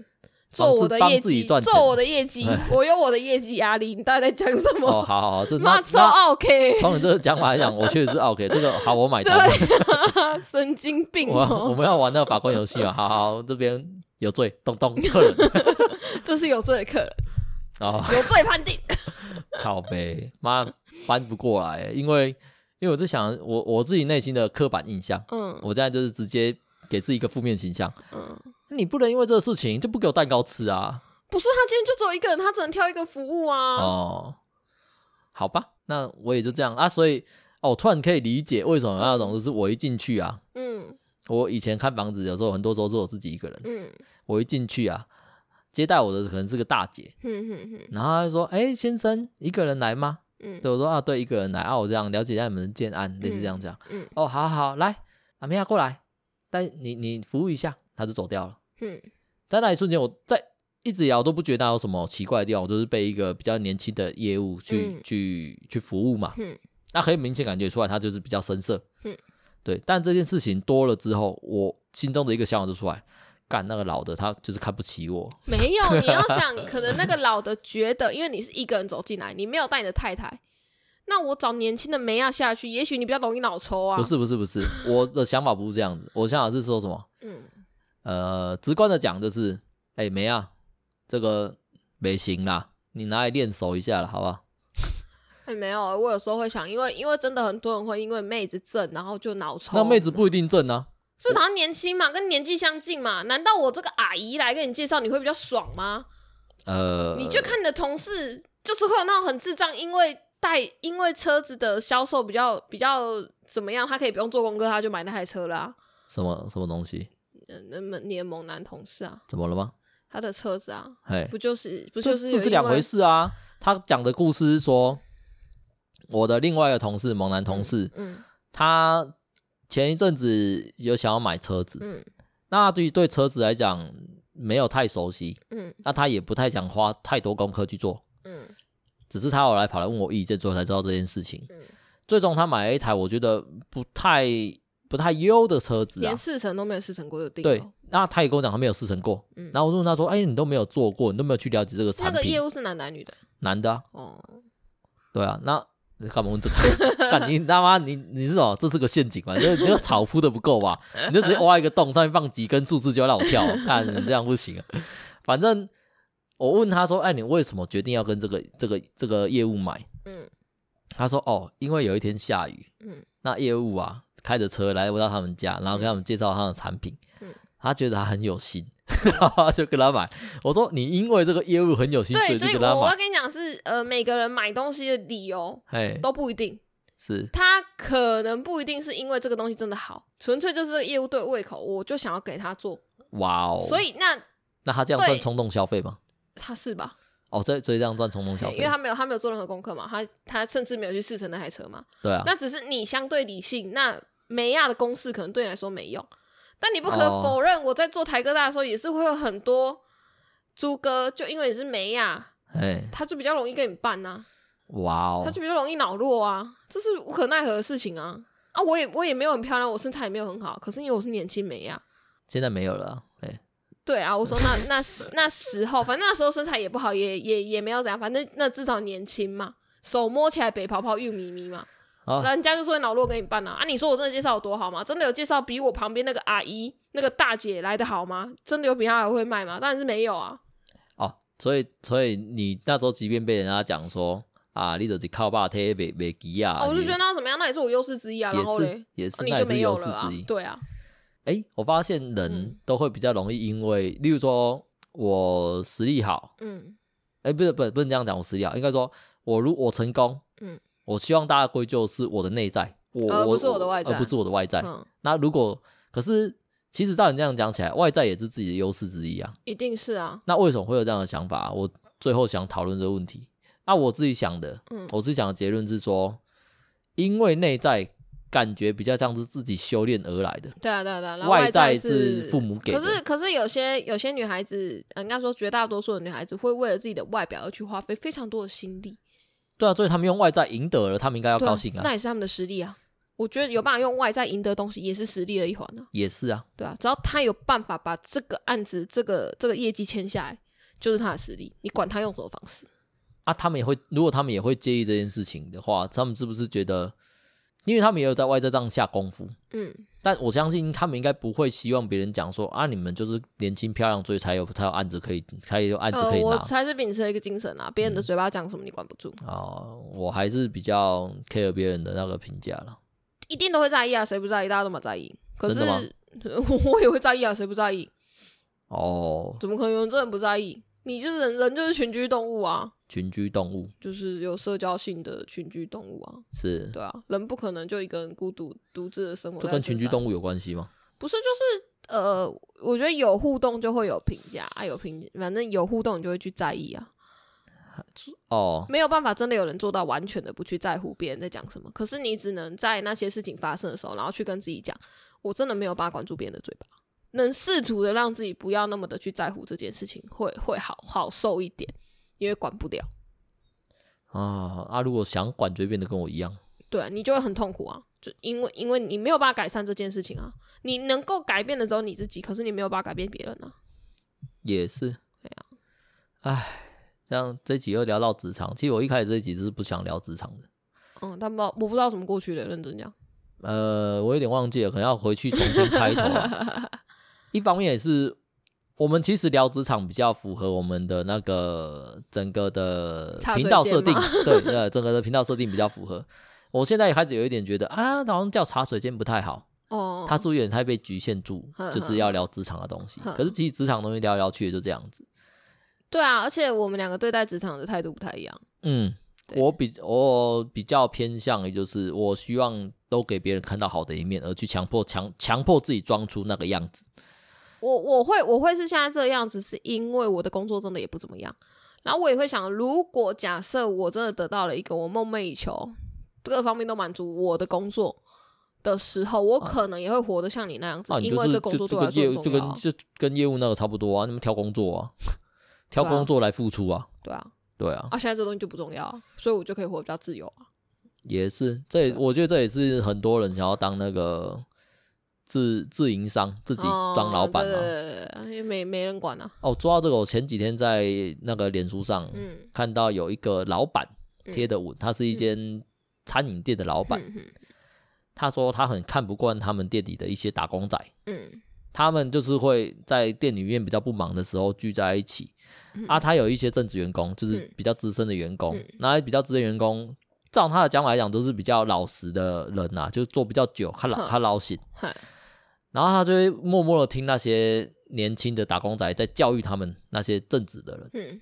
Speaker 2: 做
Speaker 1: 帮自
Speaker 2: 我的
Speaker 1: 帮
Speaker 2: 业
Speaker 1: 自己
Speaker 2: 绩，
Speaker 1: 赚
Speaker 2: 做
Speaker 1: 钱
Speaker 2: 我的业 绩
Speaker 1: 哎，
Speaker 2: 我有我的业绩压力。你到底在讲什
Speaker 1: 哦，
Speaker 2: 么？
Speaker 1: 好好好，这
Speaker 2: 妈
Speaker 1: 那
Speaker 2: 超
Speaker 1: 那
Speaker 2: OK，
Speaker 1: 从你这个讲法来讲，我确实是 OK，这个好，我买单，
Speaker 2: 对， 神经病
Speaker 1: 我要我
Speaker 2: 哦，
Speaker 1: 们要玩那个法官游戏啊，好好，这边有罪，咚咚，客人，
Speaker 2: 这是有罪的客人，
Speaker 1: 哦。
Speaker 2: 有罪判定。
Speaker 1: 靠背，妈搬不过来，欸因为因为我在想我我自己内心的刻板印象，
Speaker 2: 嗯
Speaker 1: 我现在就是直接给自己一个负面形象，
Speaker 2: 嗯，
Speaker 1: 你不能因为这个事情就不给我蛋糕吃啊！
Speaker 2: 不是他今天就只有一个人，他只能挑一个服务啊。
Speaker 1: 哦，好吧，那我也就这样啊，所以哦，我突然可以理解为什么那种就是我一进去啊，
Speaker 2: 嗯
Speaker 1: 我以前看房子有时候很多时候是我自己一个人，
Speaker 2: 嗯
Speaker 1: 我一进去啊，接待我的可能是个大姐，
Speaker 2: 嗯嗯嗯
Speaker 1: 然后她就说：“哎、先生，一个人来吗？”
Speaker 2: 嗯
Speaker 1: 对我说：“啊，对，一个人来啊，我这样了解一下你们的建案，类似这样讲。
Speaker 2: 嗯
Speaker 1: 哦，好好来，阿米亚过来，带你你服务一下，他就走掉了。
Speaker 2: 嗯
Speaker 1: 在那一瞬间，我在一直以来我都不觉得他有什么奇怪的地方，我就是被一个比较年轻的业务去、
Speaker 2: 嗯
Speaker 1: 去去服务嘛。
Speaker 2: 嗯
Speaker 1: 那很明显感觉出来，他就是比较生涩。
Speaker 2: 嗯，
Speaker 1: 对。但这件事情多了之后，我心中的一个想法就出来，干那个老的他就是看不起我。
Speaker 2: 没有，你要想，可能那个老的觉得，因为你是一个人走进来，你没有带你的太太，那我找年轻的梅亚下去，也许你比较容易脑抽啊。
Speaker 1: 不，是不是不是，我的想法不是这样子，我想法是说什么？
Speaker 2: 嗯，
Speaker 1: 呃，直观的讲就是，哎、梅啊，这个没行啦，你拿来练手一下了，好不好？
Speaker 2: 哎没有，我有时候会想，因为因为真的很多人会因为妹子正，然后就脑抽。
Speaker 1: 那妹子不一定正啊，
Speaker 2: 至少她年轻嘛，跟年纪相近嘛，难道我这个阿姨来跟你介绍，你会比较爽吗？
Speaker 1: 呃，
Speaker 2: 你去看你的同事，就是会有那种很智障，因为带因为车子的销售比较比较怎么样，他可以不用做功课，他就买那台车啦、
Speaker 1: 什么什么东西？
Speaker 2: 嗯，那么你的猛男同事啊，
Speaker 1: 怎么了吗？
Speaker 2: 他的车子啊，
Speaker 1: 嘿，
Speaker 2: 不就是不
Speaker 1: 这
Speaker 2: 就是
Speaker 1: 这
Speaker 2: 有
Speaker 1: 是
Speaker 2: 因
Speaker 1: 两回
Speaker 2: 为？
Speaker 1: 事啊。他讲的故事是说，我的另外一个同事，猛男同事，
Speaker 2: 嗯
Speaker 1: 他前一阵子有想要买车子，
Speaker 2: 嗯
Speaker 1: 那对于对车子来讲没有太熟悉，
Speaker 2: 嗯
Speaker 1: 那他也不太想花太多功课去做，
Speaker 2: 嗯
Speaker 1: 只是他后来跑来问我意见之后才知道这件事情。
Speaker 2: 嗯，
Speaker 1: 最终他买了一台我觉得不太不太优的车子啊
Speaker 2: 连，试乘都没有试乘过就定
Speaker 1: 对
Speaker 2: 了。，
Speaker 1: 那他也跟我讲他没有试乘过，
Speaker 2: 嗯
Speaker 1: 然后我就问他说：“哎，你都没有做过，你都没有去了解这个
Speaker 2: 那
Speaker 1: 产
Speaker 2: 个
Speaker 1: 品
Speaker 2: 业，务是男男女的
Speaker 1: 男的、啊，
Speaker 2: 哦，
Speaker 1: 对啊，那你干嘛问这个？ 干你他妈你你是什么？这是个陷阱吧？你这你这草铺的不够 吧？你就直接挖一个洞，上面放几根树枝就要让我跳，看你这样不行、啊。反正我问他说：“哎，你为什么决定要跟这个这个这个业务买
Speaker 2: 嗯？”
Speaker 1: 他说：“哦，因为有一天下雨，
Speaker 2: 嗯
Speaker 1: 那业务啊开着车来到他们家，然后给他们介绍他的产品，
Speaker 2: 嗯
Speaker 1: 他觉得他很有心， 然后他就跟他买。我说你因为这个业务很有心，
Speaker 2: 对，
Speaker 1: 以就
Speaker 2: 所以
Speaker 1: 跟他
Speaker 2: 我我要
Speaker 1: 买。
Speaker 2: 跟你讲是，呃，每个人买东西的理由
Speaker 1: 哎，
Speaker 2: 都不一定，
Speaker 1: 是
Speaker 2: 他可能不一定是因为这个东西真的好，纯粹就是业务对胃口，我就想要给他做，
Speaker 1: 哇哦，
Speaker 2: 所以那
Speaker 1: 那他这样算
Speaker 2: 对
Speaker 1: 冲动消费吗？
Speaker 2: 他是吧？
Speaker 1: 哦，所以所以这样算冲动消
Speaker 2: 因
Speaker 1: 费
Speaker 2: 为，他没有他没有做任何功课嘛，他他甚至没有去试乘那台车嘛，
Speaker 1: 对啊，
Speaker 2: 那只是你相对理性，那梅亚的公式可能对你来说没用，但你不可
Speaker 1: 哦
Speaker 2: 否认，我在做台哥大的时候也是会有很多猪哥，就因为你是梅亚，
Speaker 1: 哎，
Speaker 2: 他就比较容易跟你拌呐、
Speaker 1: 哇
Speaker 2: 他
Speaker 1: 哦，
Speaker 2: 就比较容易恼弱啊，这是无可奈何的事情啊。啊，我也我也没有很漂亮，我身材也没有很好，可是因为我是年轻梅亚，
Speaker 1: 现在没有了啊，哎，
Speaker 2: 对啊，我说那那时那时候，反正那时候身材也不好，也也也没有怎样，反正那至少年轻嘛，手摸起来北泡泡玉米咪嘛。
Speaker 1: 好，
Speaker 2: 人家就说老陆给你办了啊！你说我真的介绍有多好吗？真的有介绍比我旁边那个阿姨、那个大姐来的好吗？真的有比她还会卖吗？当然是没有啊！
Speaker 1: 哦，所以所以你那时候即便被人家讲说啊，你就是靠爸贴北北吉啊，
Speaker 2: 哦我就
Speaker 1: 你
Speaker 2: 觉得那怎么样，那也是我优势之一啊。然后
Speaker 1: 也
Speaker 2: 嘞
Speaker 1: 是，也是，
Speaker 2: 你
Speaker 1: 那
Speaker 2: 就
Speaker 1: 也是
Speaker 2: 没有
Speaker 1: 优势
Speaker 2: 了啊
Speaker 1: 之一。！
Speaker 2: 对啊，
Speaker 1: 哎、我发现人
Speaker 2: 嗯
Speaker 1: 都会比较容易因为，例如说我实力好，
Speaker 2: 嗯
Speaker 1: 哎、不是不是不能这样讲，我实力好，应该说我如我成功，
Speaker 2: 嗯，
Speaker 1: 我希望大家归咎是我的内在，我、
Speaker 2: 而
Speaker 1: 我
Speaker 2: 不是我的外在
Speaker 1: 而不是我的外在。
Speaker 2: 嗯，
Speaker 1: 那如果可是，其实照你这样讲起来，外在也是自己的优势之一啊。
Speaker 2: 一定是啊。
Speaker 1: 那为什么会有这样的想法、啊我最后想讨论这个问题。那、我自己想的，
Speaker 2: 嗯
Speaker 1: 我自己想的结论是说，因为内在感觉比较像是自己修炼而来的，
Speaker 2: 对啊，对啊，对啊，然后
Speaker 1: 外
Speaker 2: 在
Speaker 1: 是父母给的。
Speaker 2: 可是，可是有些有些女孩子，呃应该说绝大多数的女孩子，会为了自己的外表而去花费非常多的心力。
Speaker 1: 对啊，所以他们用外在赢得了，他们应该要
Speaker 2: 对
Speaker 1: 高兴啊。
Speaker 2: 那也是他们的实力啊。我觉得有办法用外在赢得东西，也是实力的一环啊。
Speaker 1: 也是啊，
Speaker 2: 对啊，只要他有办法把这个案子、这个这个业绩签下来，就是他的实力。你管他用什么方式，
Speaker 1: 啊，他们也会，如果他们也会介意这件事情的话，他们是不是觉得，因为他们也有在外在上下功夫，
Speaker 2: 嗯，
Speaker 1: 但我相信他们应该不会希望别人讲说啊，你们就是年轻漂亮，所以才有才有案子可以，才有案子
Speaker 2: 呃，
Speaker 1: 可以
Speaker 2: 我
Speaker 1: 拿。嗯
Speaker 2: 才是秉持了一个精神啊，别人的嘴巴讲什么你管不住，
Speaker 1: 哦，我还是比较 care 别人的那个评价了。
Speaker 2: 一定都会在意啊，谁不在意？大家都蛮在意。可是
Speaker 1: 真的吗
Speaker 2: 我也会在意啊，谁不在意？
Speaker 1: 哦，
Speaker 2: 怎么可能有人真的不在意？你就是人，人就是群居动物啊，
Speaker 1: 群居动物
Speaker 2: 就是有社交性的群居动物啊，
Speaker 1: 是，
Speaker 2: 对啊，人不可能就一个人孤独独自的生活
Speaker 1: 这
Speaker 2: 在
Speaker 1: 跟
Speaker 2: 深
Speaker 1: 群居
Speaker 2: 山
Speaker 1: 动物有关系吗？
Speaker 2: 不是，就是呃，我觉得有互动就会有评价啊，有评，反正有互动你就会去在意啊，
Speaker 1: 哦，
Speaker 2: 没有办法真的有人做到完全的不去在乎别人在讲什么，可是你只能在那些事情发生的时候，然后去跟自己讲，我真的没有办法管住别人的嘴巴，能试图的让自己不要那么的去在乎这件事情，会会好好受一点，因为管不了。
Speaker 1: 啊啊！如果想管，就会变得跟我一样。
Speaker 2: 对你就会很痛苦啊，就因为因为你没有办法改善这件事情啊，你能够改变的只有你自己，可是你没有办法改变别人啊。
Speaker 1: 也是，对啊，唉，这样这一集又聊到职场。其实我一开始这一集就是不想聊职场的，
Speaker 2: 嗯，但不知道我不知道怎么过去的，认真讲。
Speaker 1: 呃，我有点忘记了，可能要回去重新开头啊。一方面也是，我们其实聊职场比较符合我们的那个整个的
Speaker 2: 茶水
Speaker 1: 频道
Speaker 2: 间
Speaker 1: 设定
Speaker 2: 吗，
Speaker 1: 对，呃，整个的频道设定比较符合。我现在也开始有一点觉得啊，好像叫茶水间不太好。
Speaker 2: 哦，
Speaker 1: 他是不是有点太被局限住
Speaker 2: 嗯，
Speaker 1: 就是要聊职场的东西
Speaker 2: 嗯。
Speaker 1: 可是其实职场的东西聊来聊去也就这样子。
Speaker 2: 对啊，而且我们两个对待职场的态度不太一样。
Speaker 1: 嗯，
Speaker 2: 对
Speaker 1: 我比我比较偏向于就是我希望都给别人看到好的一面，而去强迫强强迫自己装出那个样子。
Speaker 2: 我我会我会是现在这个样子，是因为我的工作真的也不怎么样。然后我也会想，如果假设我真的得到了一个我梦寐以求，各方面都满足我的工作的时候，我可能也会活得像你那样子，
Speaker 1: 啊，哦你
Speaker 2: 因
Speaker 1: 就
Speaker 2: 为
Speaker 1: 是
Speaker 2: 这工
Speaker 1: 就
Speaker 2: 作
Speaker 1: 就
Speaker 2: 对我来
Speaker 1: 跟
Speaker 2: 说
Speaker 1: 业
Speaker 2: 很
Speaker 1: 务就
Speaker 2: 重要
Speaker 1: 跟
Speaker 2: 啊。
Speaker 1: 就跟业务那个差不多啊，你们挑工作啊，挑
Speaker 2: 对啊
Speaker 1: 工作来付出啊，
Speaker 2: 对啊，
Speaker 1: 对啊，
Speaker 2: 啊，现在这东西就不重要啊，所以我就可以活得比较自由啊。
Speaker 1: 也是。这也我觉得这也是很多人想要当那个自自营商，自己当老板
Speaker 2: 哦
Speaker 1: 啊。
Speaker 2: 对对对对因为没没人管啊。
Speaker 1: 哦，说到这个，我前几天在那个脸书上，
Speaker 2: 嗯，
Speaker 1: 看到有一个老板贴的文，他是一间餐饮店的老板，
Speaker 2: 嗯嗯
Speaker 1: 他说他很看不惯他们店里的一些打工仔，
Speaker 2: 嗯
Speaker 1: 他们就是会在店里面比较不忙的时候聚在一起。
Speaker 2: 嗯
Speaker 1: 啊，他有一些正职员工，就是
Speaker 2: 嗯
Speaker 1: 比较资深的员工
Speaker 2: 嗯，
Speaker 1: 那比较资深员工，照他的讲法来讲，都是比较老实的人呐、就是做比较久，他老
Speaker 2: 哼
Speaker 1: 他老实，
Speaker 2: 嗨
Speaker 1: 然后他就会默默的听那些年轻的打工仔在教育他们那些正职的人。
Speaker 2: 嗯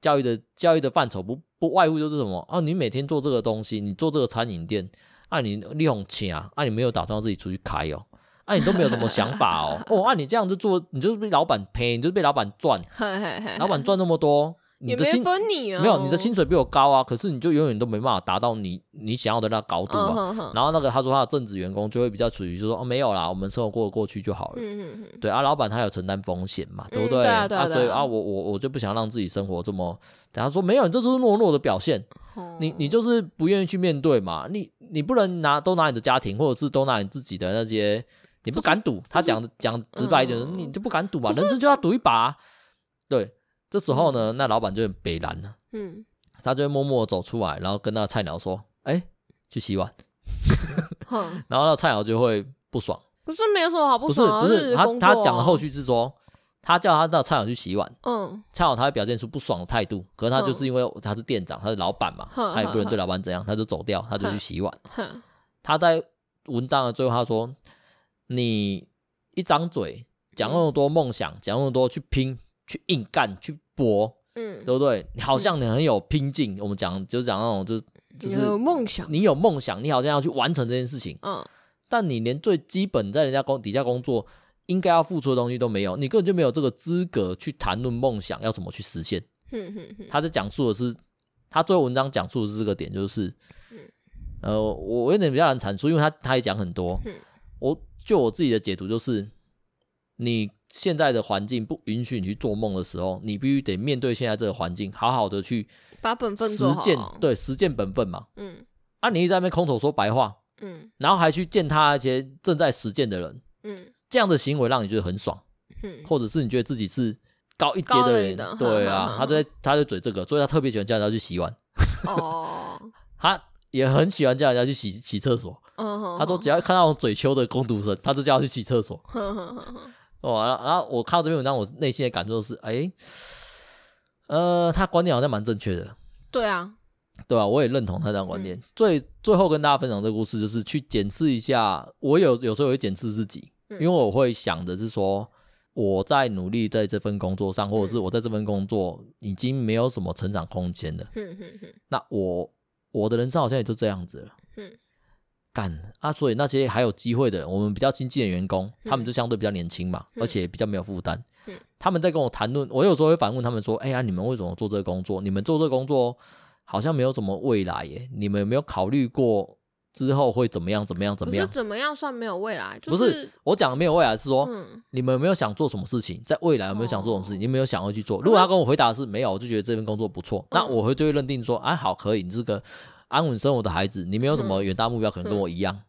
Speaker 1: 教育的教育的范畴不不外乎就是什么啊，你每天做这个东西，你做这个餐饮店，啊你利用钱啊，啊你没有打算自己出去开哦，啊你都没有什么想法 哦，哦啊你这样子做，你就是被老板赔，你就是被老板赚，
Speaker 2: 嗨嗨嗨，
Speaker 1: 老板赚那么多，你
Speaker 2: 也
Speaker 1: 的
Speaker 2: 没
Speaker 1: 薪
Speaker 2: 分你啊，
Speaker 1: 没有你的薪水比我高啊，可是你就永远都没办法达到你你想要的那个高度
Speaker 2: 嗯
Speaker 1: 啊。
Speaker 2: 哼哼，
Speaker 1: 然后那个他说他的正职员工就会比较处于就说哦没有啦，我们生活过得过去就好了。
Speaker 2: 嗯嗯嗯，
Speaker 1: 对啊，老板他有承担风险嘛，对不
Speaker 2: 嗯
Speaker 1: 对？
Speaker 2: 对啊对啊对啊
Speaker 1: 所以啊，我我我就不想让自己生活这么。等下说没有，你这就是懦弱的表现，
Speaker 2: 哦
Speaker 1: 你你就是不愿意去面对嘛，你你不能拿都拿你的家庭，或者是都拿你自己的那些，你不敢赌。他讲的讲直白一点，
Speaker 2: 嗯
Speaker 1: 你就不敢赌嘛，人生就要赌一把啊、对，这时候呢，那老板就很北蓝了，
Speaker 2: 嗯，
Speaker 1: 他就会默默地走出来，然后跟那个菜鸟说：“哎，去洗碗。
Speaker 2: 哼，”
Speaker 1: 然后那菜鸟就会不爽，
Speaker 2: 可是没有什么好不
Speaker 1: 不是
Speaker 2: 爽啊，
Speaker 1: 不是，他
Speaker 2: 工作
Speaker 1: 他
Speaker 2: 啊
Speaker 1: 讲的后，续是说，他叫他到菜鸟去洗碗。
Speaker 2: 嗯
Speaker 1: 恰好他会表现出不爽的态度，可是他就是因为他是店长，他是老板嘛，
Speaker 2: 哼
Speaker 1: 他也不能对老板怎样，他就走掉，他就去洗碗。
Speaker 2: 哼，
Speaker 1: 他在文章的最后他说：“你一张嘴讲那么多梦想，讲那么多去拼、去硬干、去搏，
Speaker 2: 嗯，
Speaker 1: 对不对？你好像你很有拼劲。我们讲就是讲那种就是就是
Speaker 2: 有梦想，
Speaker 1: 你有梦想，你好像要去完成这件事情，
Speaker 2: 嗯，
Speaker 1: 但你连最基本在人家工底下工作应该要付出的东西都没有，你根本就没有这个资格去谈论梦想要怎么去实现。”
Speaker 2: 哼哼哼，
Speaker 1: 他在讲述的是，他最后文章讲述的是这个点，就是，
Speaker 2: 嗯
Speaker 1: 呃，我我有点比较难阐述，因为他他也讲很多
Speaker 2: 嗯。
Speaker 1: 我就我自己的解读就是，你现在的环境不允许你去做梦的时候，你必须得面对现在这个环境，好好的去
Speaker 2: 把本分
Speaker 1: 实
Speaker 2: 做好，
Speaker 1: 践，，对，实践本分嘛。
Speaker 2: 嗯
Speaker 1: 啊，你一直在那边空口说白话，
Speaker 2: 嗯
Speaker 1: 然后还去践踏那些正在实践的人，
Speaker 2: 嗯
Speaker 1: 这样的行为让你觉得很爽。
Speaker 2: 嗯，
Speaker 1: 或者是你觉得自己是高一阶
Speaker 2: 高
Speaker 1: 的
Speaker 2: 人
Speaker 1: 人，
Speaker 2: 的
Speaker 1: 对
Speaker 2: 哈哈
Speaker 1: 啊
Speaker 2: 哈，
Speaker 1: 他就在他就嘴这个，所以他特别喜欢叫人家去洗碗，
Speaker 2: 哦，
Speaker 1: 他也很喜欢叫人家去洗洗厕所。
Speaker 2: 嗯哼，
Speaker 1: 他说只要看到嘴丘的工读生，他就叫他去洗厕所。
Speaker 2: 哼，哼哼哼
Speaker 1: 哦，然后然后我看到这篇文章，我内心的感受是，哎，呃，他观念好像蛮正确的，
Speaker 2: 对啊，
Speaker 1: 对吧、我也认同他这样观念。最最后跟大家分享这个故事，就是去检视一下，我有有时候也会检视自己，
Speaker 2: 嗯
Speaker 1: 因为我会想的是说，我在努力在这份工作上，或者是我在这份工作已经没有什么成长空间了。
Speaker 2: 哼哼哼，
Speaker 1: 那我我的人生好像也就这样子了。
Speaker 2: 嗯
Speaker 1: 干啊！所以那些还有机会的人，我们比较新进的员工，他们就相对比较年轻嘛，
Speaker 2: 嗯
Speaker 1: 而且比较没有负担。
Speaker 2: 嗯
Speaker 1: 他们在跟我谈论，我有时候会反问他们说：“哎、呀、你们为什么做这个工作？你们做这个工作好像没有什么未来耶？你们有没有考虑过之后会怎么样怎么样怎
Speaker 2: 可
Speaker 1: 么
Speaker 2: 是
Speaker 1: 样。
Speaker 2: 怎么样算没有未来？
Speaker 1: 不
Speaker 2: 就
Speaker 1: 是哦我讲的没有未来是说，
Speaker 2: 嗯，
Speaker 1: 你们有没有想做什么事情？在未来有没有想做什么事情？
Speaker 2: 哦
Speaker 1: 你有没有想要去做？如果他跟我回答的是没有，我就觉得这份工作不
Speaker 2: 嗯
Speaker 1: 错，那我会就会认定说，啊，好，可以，你是个安稳生活的孩子，你没有什
Speaker 2: 嗯
Speaker 1: 么远大目标，可能跟我一样。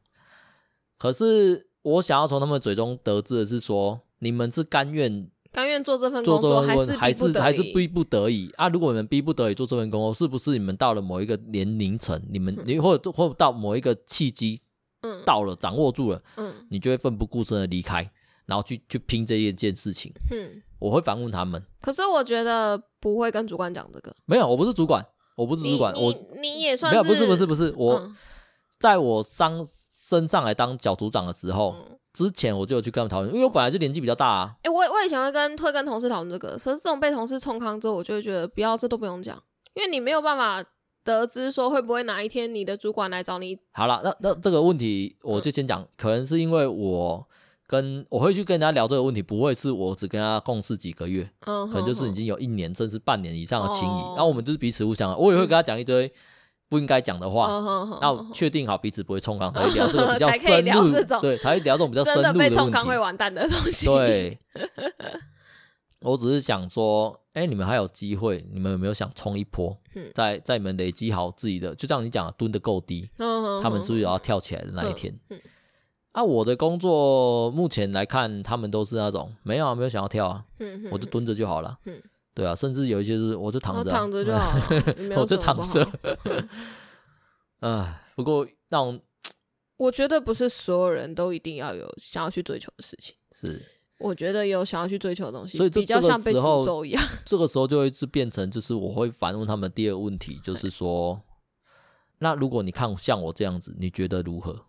Speaker 1: 可是我想要从他们嘴中得知的是说，你们是甘愿
Speaker 2: 甘愿做这份
Speaker 1: 做
Speaker 2: 嗯工
Speaker 1: 这
Speaker 2: 作，
Speaker 1: 份工作，
Speaker 2: 是
Speaker 1: 还
Speaker 2: 逼不
Speaker 1: 是
Speaker 2: 得
Speaker 1: 还是
Speaker 2: 已
Speaker 1: 逼不得已啊？如果你们逼不得已做这份工作，是不是你们到了某一个年龄层，你们你或者或者到某一个契机
Speaker 2: 嗯
Speaker 1: 到了，掌握住了，
Speaker 2: 嗯
Speaker 1: 你就会奋不顾身的离开，然后去去拼这一件事情？
Speaker 2: 嗯。
Speaker 1: 我会反问他们，
Speaker 2: 可是我觉得不会跟主管讲这个，
Speaker 1: 没有，我不是主管，我不是主管，
Speaker 2: 你
Speaker 1: 我
Speaker 2: 你你也算
Speaker 1: 没有，不是不是
Speaker 2: 是，
Speaker 1: 不是，我、
Speaker 2: 嗯
Speaker 1: 在我上升上来当小组长的时候，
Speaker 2: 嗯
Speaker 1: 之前我就有去跟他们讨论，因为我本来就年纪比较大啊，
Speaker 2: 哎、我我以前会跟会跟同事讨论这个，可是这种被同事冲康之后，我就会觉得不要，这都不用讲，因为你没有办法得知说会不会哪一天你的主管来找你。
Speaker 1: 好了，那那这个问题我就先讲，可能是因为我跟我会去跟人家聊这个问题，不会是我只跟他共事几个月，
Speaker 2: 嗯，
Speaker 1: 可能就是已
Speaker 2: 哼
Speaker 1: 经有一年甚至半年以上的情谊，
Speaker 2: 哦
Speaker 1: 然后我们就是彼此互相，我也会跟他讲一堆不应该讲的话。
Speaker 2: 哼嗯哼哼
Speaker 1: 那我
Speaker 2: 哼
Speaker 1: 确定好彼此不会冲康，才会 聊这个比较
Speaker 2: 才可以
Speaker 1: 深
Speaker 2: 聊
Speaker 1: 入
Speaker 2: 这，种
Speaker 1: 对，才会聊这种比较深
Speaker 2: 真
Speaker 1: 入
Speaker 2: 的被冲
Speaker 1: 问
Speaker 2: 康
Speaker 1: 题
Speaker 2: 会。完蛋的东西。，
Speaker 1: 对，我只是想说，哎、你们还有机会，你们有没有想冲一波？
Speaker 2: 嗯
Speaker 1: 在在你们累积好自己的，就像你讲的，蹲得够低，
Speaker 2: 嗯
Speaker 1: 他们是不是也
Speaker 2: 有
Speaker 1: 要跳起来的那一天？
Speaker 2: 嗯嗯
Speaker 1: 啊，我的工作目前来看，他们都是那种没有啊，没有想要跳啊，我就蹲着就好了。
Speaker 2: 嗯
Speaker 1: 对啊，甚至有一些是我就躺
Speaker 2: 我
Speaker 1: 着啊、
Speaker 2: 哦躺着就好了， 没有
Speaker 1: 我就
Speaker 2: 什么不
Speaker 1: 躺
Speaker 2: 好
Speaker 1: 着。唉，不过那种
Speaker 2: 我觉得不是所有人都一定要有想要去追求的事情。
Speaker 1: 是
Speaker 2: 我觉得有想要去追求的东西，
Speaker 1: 所以这
Speaker 2: 比较像
Speaker 1: 这
Speaker 2: 被
Speaker 1: 个时候
Speaker 2: 诅咒一样。
Speaker 1: 这个时候就会是变成，就是我会反问他们第二个问题，就是说，那如果你看像我这样子，你觉得如何？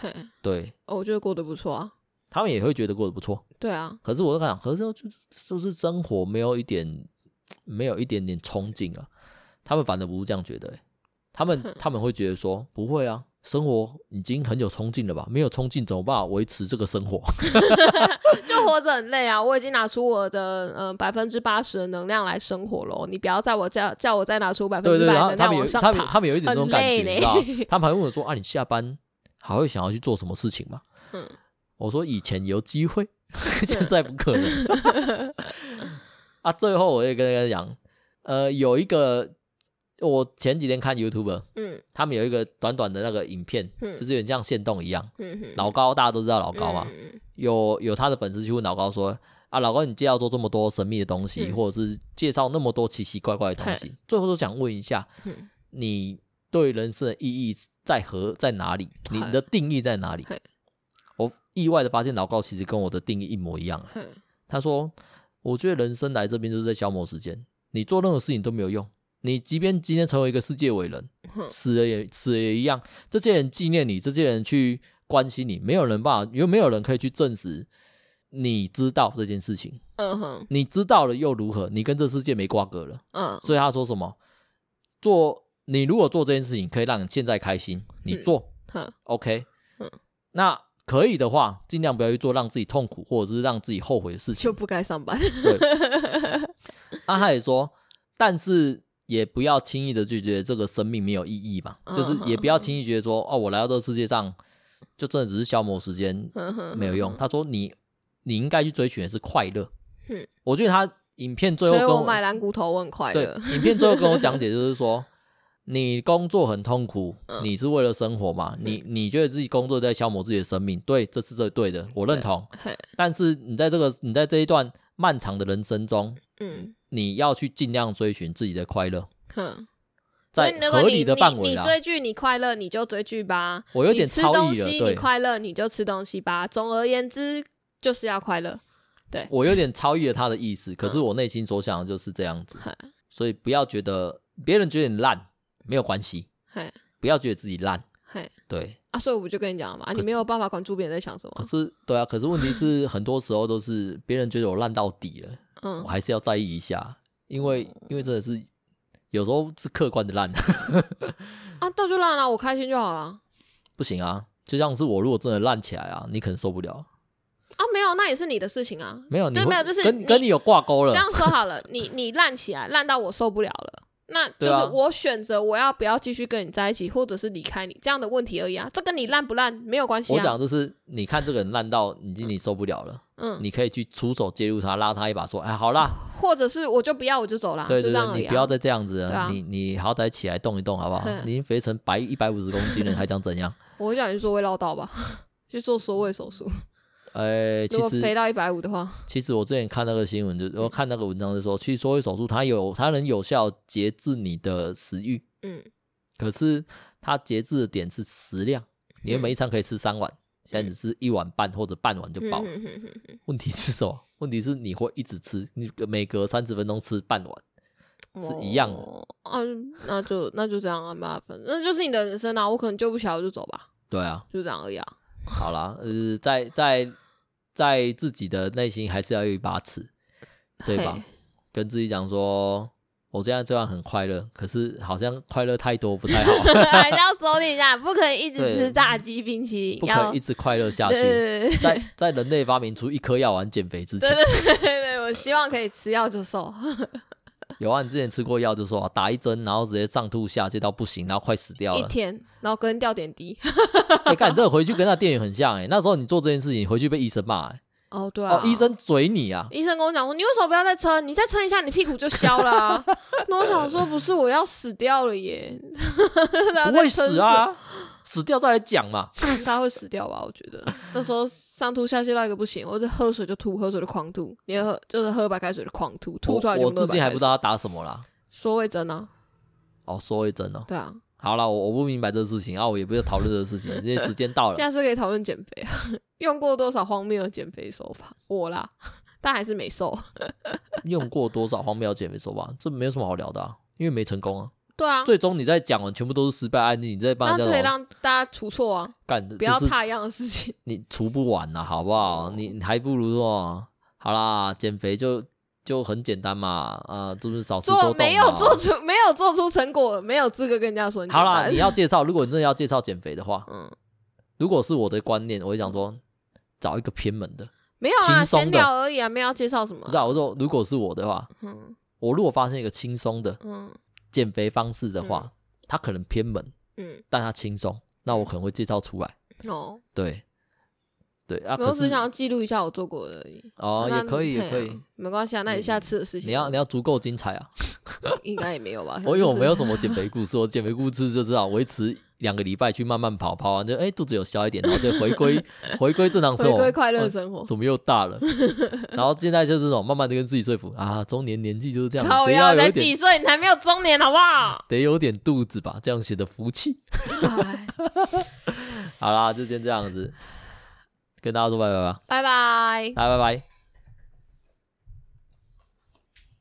Speaker 2: 嘿
Speaker 1: 对
Speaker 2: 哦我觉得过得不错啊，
Speaker 1: 他们也会觉得过得不错，
Speaker 2: 对啊，
Speaker 1: 可是我就想，可是就是就是生活没有一点，没有一点点憧憬啊，他们反而不是这样觉得、欸，他们
Speaker 2: 哼
Speaker 1: 他们会觉得说，不会啊。生活已经很有冲劲了吧？没有冲劲怎么办法维持这个生活？
Speaker 2: 就活着很累啊！我已经拿出我的嗯百分之八十的能量来生活了，哦你不要在我叫叫我再拿出百分
Speaker 1: 对
Speaker 2: 之
Speaker 1: 对，
Speaker 2: 百
Speaker 1: 然
Speaker 2: 的
Speaker 1: 后
Speaker 2: 能
Speaker 1: 他
Speaker 2: 量
Speaker 1: 们有
Speaker 2: 往上
Speaker 1: 他们
Speaker 2: 爬。
Speaker 1: 他们有一点这种感觉，
Speaker 2: 很累嘞
Speaker 1: 你知道 吗？他们还问我说：“啊，你下班还会想要去做什么事情吗？”
Speaker 2: 嗯
Speaker 1: 我说：“以前有机会， 现在不可能。” 啊，最后我也跟大家讲，呃，有一个我前几天看 YouTube，
Speaker 2: 嗯
Speaker 1: 他们有一个短短的那个影片，
Speaker 2: 嗯
Speaker 1: 就是有点像线动一样。
Speaker 2: 嗯嗯，
Speaker 1: 老高大家都知道老高嘛，
Speaker 2: 嗯
Speaker 1: 有有他的粉丝去问老高说：“啊，老高，你介绍做这么多神秘的东西，
Speaker 2: 嗯
Speaker 1: 或者是介绍那么多奇奇怪怪的东西，最后都想问一下，
Speaker 2: 嗯
Speaker 1: 你对人生的意义在何在哪里？你
Speaker 2: 嗨
Speaker 1: 的定义在哪里
Speaker 2: 嘿？”
Speaker 1: 我意外的发现老高其实跟我的定义一模一样。
Speaker 2: 嗯
Speaker 1: 他说：“我觉得人生来这边就是在消磨时间，你做任何事情都没有用。你即便今天成为一个世界伟人，
Speaker 2: 哼
Speaker 1: 死了也死了也一样。这些人纪念你，这些人去关心你，没有人办法，又没有人可以去证实你知道这件事情。
Speaker 2: 嗯哼
Speaker 1: 你知道了又如何？你跟这世界没瓜葛了。
Speaker 2: 嗯
Speaker 1: 所以他说什么？做你如果做这件事情可以让你现在开心，你做。
Speaker 2: 嗯哼
Speaker 1: OK，
Speaker 2: 嗯
Speaker 1: 那可以的话，尽量不要去做让自己痛苦或者是让自己后悔的事情
Speaker 2: 就。不该上班。
Speaker 1: 对，啊，他也说，但是也不要轻易的就觉得这个生命没有意义嘛，就是
Speaker 2: 嗯
Speaker 1: 也不要轻易觉得说，哦，我来到这个世界上，就真的只是消磨时间，
Speaker 2: 嗯哼，
Speaker 1: 没有用。他说你，你应该去追寻的是快乐。
Speaker 2: 嗯
Speaker 1: 我觉得他影片最后
Speaker 2: 所以
Speaker 1: 跟
Speaker 2: 我
Speaker 1: 我
Speaker 2: 买蓝骨头我很快
Speaker 1: 对
Speaker 2: 乐。
Speaker 1: 影片最后跟我讲 解就是说。你工作很痛苦，
Speaker 2: 嗯
Speaker 1: 你是为了生活嘛？你你觉得自己工作在消磨自己的生命，对，这是最对的，我认同。
Speaker 2: 嘿，
Speaker 1: 但是你在这个你在这一段漫长的人生中，
Speaker 2: 嗯
Speaker 1: 你要去尽量追寻自己的快乐，
Speaker 2: 哼，所
Speaker 1: 在
Speaker 2: 以如果
Speaker 1: 合
Speaker 2: 你
Speaker 1: 理的
Speaker 2: 你
Speaker 1: 范围
Speaker 2: 你
Speaker 1: 啦。
Speaker 2: 追剧你快乐你就追剧吧，
Speaker 1: 我有
Speaker 2: 你
Speaker 1: 点
Speaker 2: 吃
Speaker 1: 超
Speaker 2: 东
Speaker 1: 意了，
Speaker 2: 西你
Speaker 1: 对，
Speaker 2: 快乐你就吃东西吧。总而言之，就是要快乐。
Speaker 1: 我有点超越了他的意思。可是
Speaker 2: 嗯
Speaker 1: 我内心所想的就是这样子
Speaker 2: 嗨，
Speaker 1: 所以不要觉得别人觉得你烂没有关系，
Speaker 2: 嘿，
Speaker 1: 不要觉得自己烂。
Speaker 2: 嘿。
Speaker 1: 对，
Speaker 2: 啊，所以我不就跟你讲了嘛，
Speaker 1: 是
Speaker 2: 你没有办法管住别人在想什
Speaker 1: 可
Speaker 2: 么。
Speaker 1: 是对啊，可是问题是很多时候都是别人觉得我烂到底了，我
Speaker 2: 嗯，
Speaker 1: 还是要在意一下，因为因为真的是有时候是客观的烂，
Speaker 2: 啊，那就烂了，我开心就好了。
Speaker 1: 不行啊。就像是我如果真的烂起来啊，你可能受不了。
Speaker 2: 啊，没有，那也是你的事情啊。
Speaker 1: 没有，你
Speaker 2: 对
Speaker 1: 会
Speaker 2: 没有就是
Speaker 1: 跟
Speaker 2: 你
Speaker 1: 跟你有挂钩了
Speaker 2: 这。样说好了，你你烂起来，烂到我受不了了，那就
Speaker 1: 对啊
Speaker 2: 是我选择我要不要继续跟你在一起，或者是离开你这样的问题而已啊。这跟你烂不烂没有关系
Speaker 1: 我
Speaker 2: 啊。
Speaker 1: 讲的是，你看这个人烂到已经你受不了了，
Speaker 2: 嗯，
Speaker 1: 你可以去出手介入他，拉他一把，说：“哎，好啦，
Speaker 2: 或者是我就不要，我就走了，
Speaker 1: 对
Speaker 2: 就
Speaker 1: 对
Speaker 2: 这样
Speaker 1: 对，
Speaker 2: 而已、
Speaker 1: 你
Speaker 2: 啊。
Speaker 1: 不要再这样子了，
Speaker 2: 对啊
Speaker 1: 你你好歹起来动一动好不好？
Speaker 2: 嗯
Speaker 1: 你已经肥成白一百五十公斤了，你还想怎 样？
Speaker 2: 我会叫你去做胃绕道吧， 去做缩胃手术。
Speaker 1: 呃，
Speaker 2: 如
Speaker 1: 其
Speaker 2: 果肥
Speaker 1: 实
Speaker 2: 到一百五的话，
Speaker 1: 其实我之前看那个新闻，就我看那个文章就说，去缩胃手术它有它能有效节制你的食欲，
Speaker 2: 嗯，
Speaker 1: 可是它节制的点是食量，你原本一
Speaker 2: 嗯
Speaker 1: 餐可以吃三碗，现在只吃一碗半或者半碗就饱了。
Speaker 2: 嗯哼哼哼哼
Speaker 1: 问题是什么？问题是你会一直吃，你每隔三十分钟吃半碗。是一样的
Speaker 2: 哦啊，那就那就这样啊，没办法，那就是你的人生啊，我可能救不起来，我就走吧，
Speaker 1: 对啊，
Speaker 2: 就这样而已啊。
Speaker 1: 好啦，呃，在在在自己的内心还是要有一把尺，对吧
Speaker 2: 嘿？
Speaker 1: 跟自己讲说，我现在虽然很快乐，可是好像快乐太多不太 好，
Speaker 2: 还是要收敛一下，不可以一直
Speaker 1: 对
Speaker 2: 吃炸鸡、冰淇淋，
Speaker 1: 不
Speaker 2: 要
Speaker 1: 可以一直快乐下
Speaker 2: 对
Speaker 1: 去。
Speaker 2: 对对对
Speaker 1: 在在人类发明出一颗药丸减肥之前，
Speaker 2: 对对，我希望可以吃药就瘦。
Speaker 1: 有啊，你之前吃过药就说、啊、打一针，然后直接上吐下泻到不行，然后快死掉
Speaker 2: 一
Speaker 1: 了。
Speaker 2: 天，然后跟掉点滴。啊
Speaker 1: 哎，干、这个回去跟那店员很像哎、那时候你做这件事情，回去被医生骂、欸，
Speaker 2: 哦，对啊，
Speaker 1: 哦，医生嘴你啊，
Speaker 2: 医生跟我讲说，你为什么不要再撑？你再撑一下，你屁股就消了、啊。那我想说，不是我要死掉了耶，
Speaker 1: 不
Speaker 2: 不
Speaker 1: 会死，啊，死掉再来讲嘛。
Speaker 2: 他会死掉吧？我觉得那时候上吐下泻到一个不行，我就喝水就吐，喝水就狂吐，连喝就是喝白开水就狂吐， 吐出来就
Speaker 1: 我我至今还不知
Speaker 2: 道
Speaker 1: 道他打什么啦。
Speaker 2: 说胃针啊，
Speaker 1: 哦，说一针哦。
Speaker 2: 对啊，
Speaker 1: 好啦，我我不明白这个事情啊，我也不是讨论这个事情，因为时间到
Speaker 2: 现
Speaker 1: 了。
Speaker 2: 在是可以讨论减肥啊，用过多少荒谬的减肥手法？我啦，但还是没瘦。
Speaker 1: 用过多少荒谬减肥手法？这没有什么好聊的啊，因为没成功啊。
Speaker 2: 对啊，
Speaker 1: 最终你在讲完全部都是失败案例，你在帮
Speaker 2: 那
Speaker 1: 人家
Speaker 2: 就可
Speaker 1: 什
Speaker 2: 以
Speaker 1: 么
Speaker 2: 让大家除错啊，
Speaker 1: 干？
Speaker 2: 不要
Speaker 1: 这是
Speaker 2: 怕一哦样的事情。
Speaker 1: 你除不完呐、好不好？你你还不如说，好啦，减肥就就很简单嘛，啊，就是少吃多动
Speaker 2: 做
Speaker 1: 嘛。
Speaker 2: 没有做出没有做出成果，没有资格跟人家说你
Speaker 1: 好啦，
Speaker 2: 简单
Speaker 1: 你要介绍，如果你真的要介绍减肥的话，
Speaker 2: 嗯，
Speaker 1: 如果是我的观念，我会想说，找一个偏门的。
Speaker 2: 没有啊，
Speaker 1: 轻松的
Speaker 2: 闲聊而已啊，没有要介绍什么
Speaker 1: 不知。道，我说如果是我的话，
Speaker 2: 嗯
Speaker 1: 我如果发现一个轻松的
Speaker 2: 嗯
Speaker 1: 减肥方式的话，它可能偏门，
Speaker 2: 嗯，
Speaker 1: 但它轻松，那我可能会介绍出来。
Speaker 2: 哦，
Speaker 1: 对，对啊，
Speaker 2: 我
Speaker 1: 可
Speaker 2: 只是
Speaker 1: 是
Speaker 2: 想要记录一下我做过的而已。
Speaker 1: 哦，
Speaker 2: 那
Speaker 1: 也可以，
Speaker 2: 对啊
Speaker 1: 也可以。，嗯
Speaker 2: 没关系啊。那你下次的事情，
Speaker 1: 你要你要足够精彩啊！
Speaker 2: 应该也没有 吧？
Speaker 1: 我因为我没有
Speaker 2: 就是
Speaker 1: 什么减肥故事，我减肥故事就知道维持两个礼拜去慢慢跑，跑完就哎、肚子有消一点，然后就回 归回归正常生
Speaker 2: 回
Speaker 1: 活，
Speaker 2: 归快乐
Speaker 1: 哦
Speaker 2: 生活。
Speaker 1: 怎么又大 了？然后现在就是这种慢慢的跟自己说服啊，中年年纪就是这样，
Speaker 2: 靠
Speaker 1: 得要
Speaker 2: 腰
Speaker 1: 有
Speaker 2: 才
Speaker 1: 一
Speaker 2: 几
Speaker 1: 点？
Speaker 2: 岁，你还没有中年，好不好
Speaker 1: 得有点肚子吧，这样显得福气。
Speaker 2: 哎
Speaker 1: 好啦，就先这样子，跟大家说拜拜吧，
Speaker 2: 拜拜。
Speaker 1: 大家拜拜。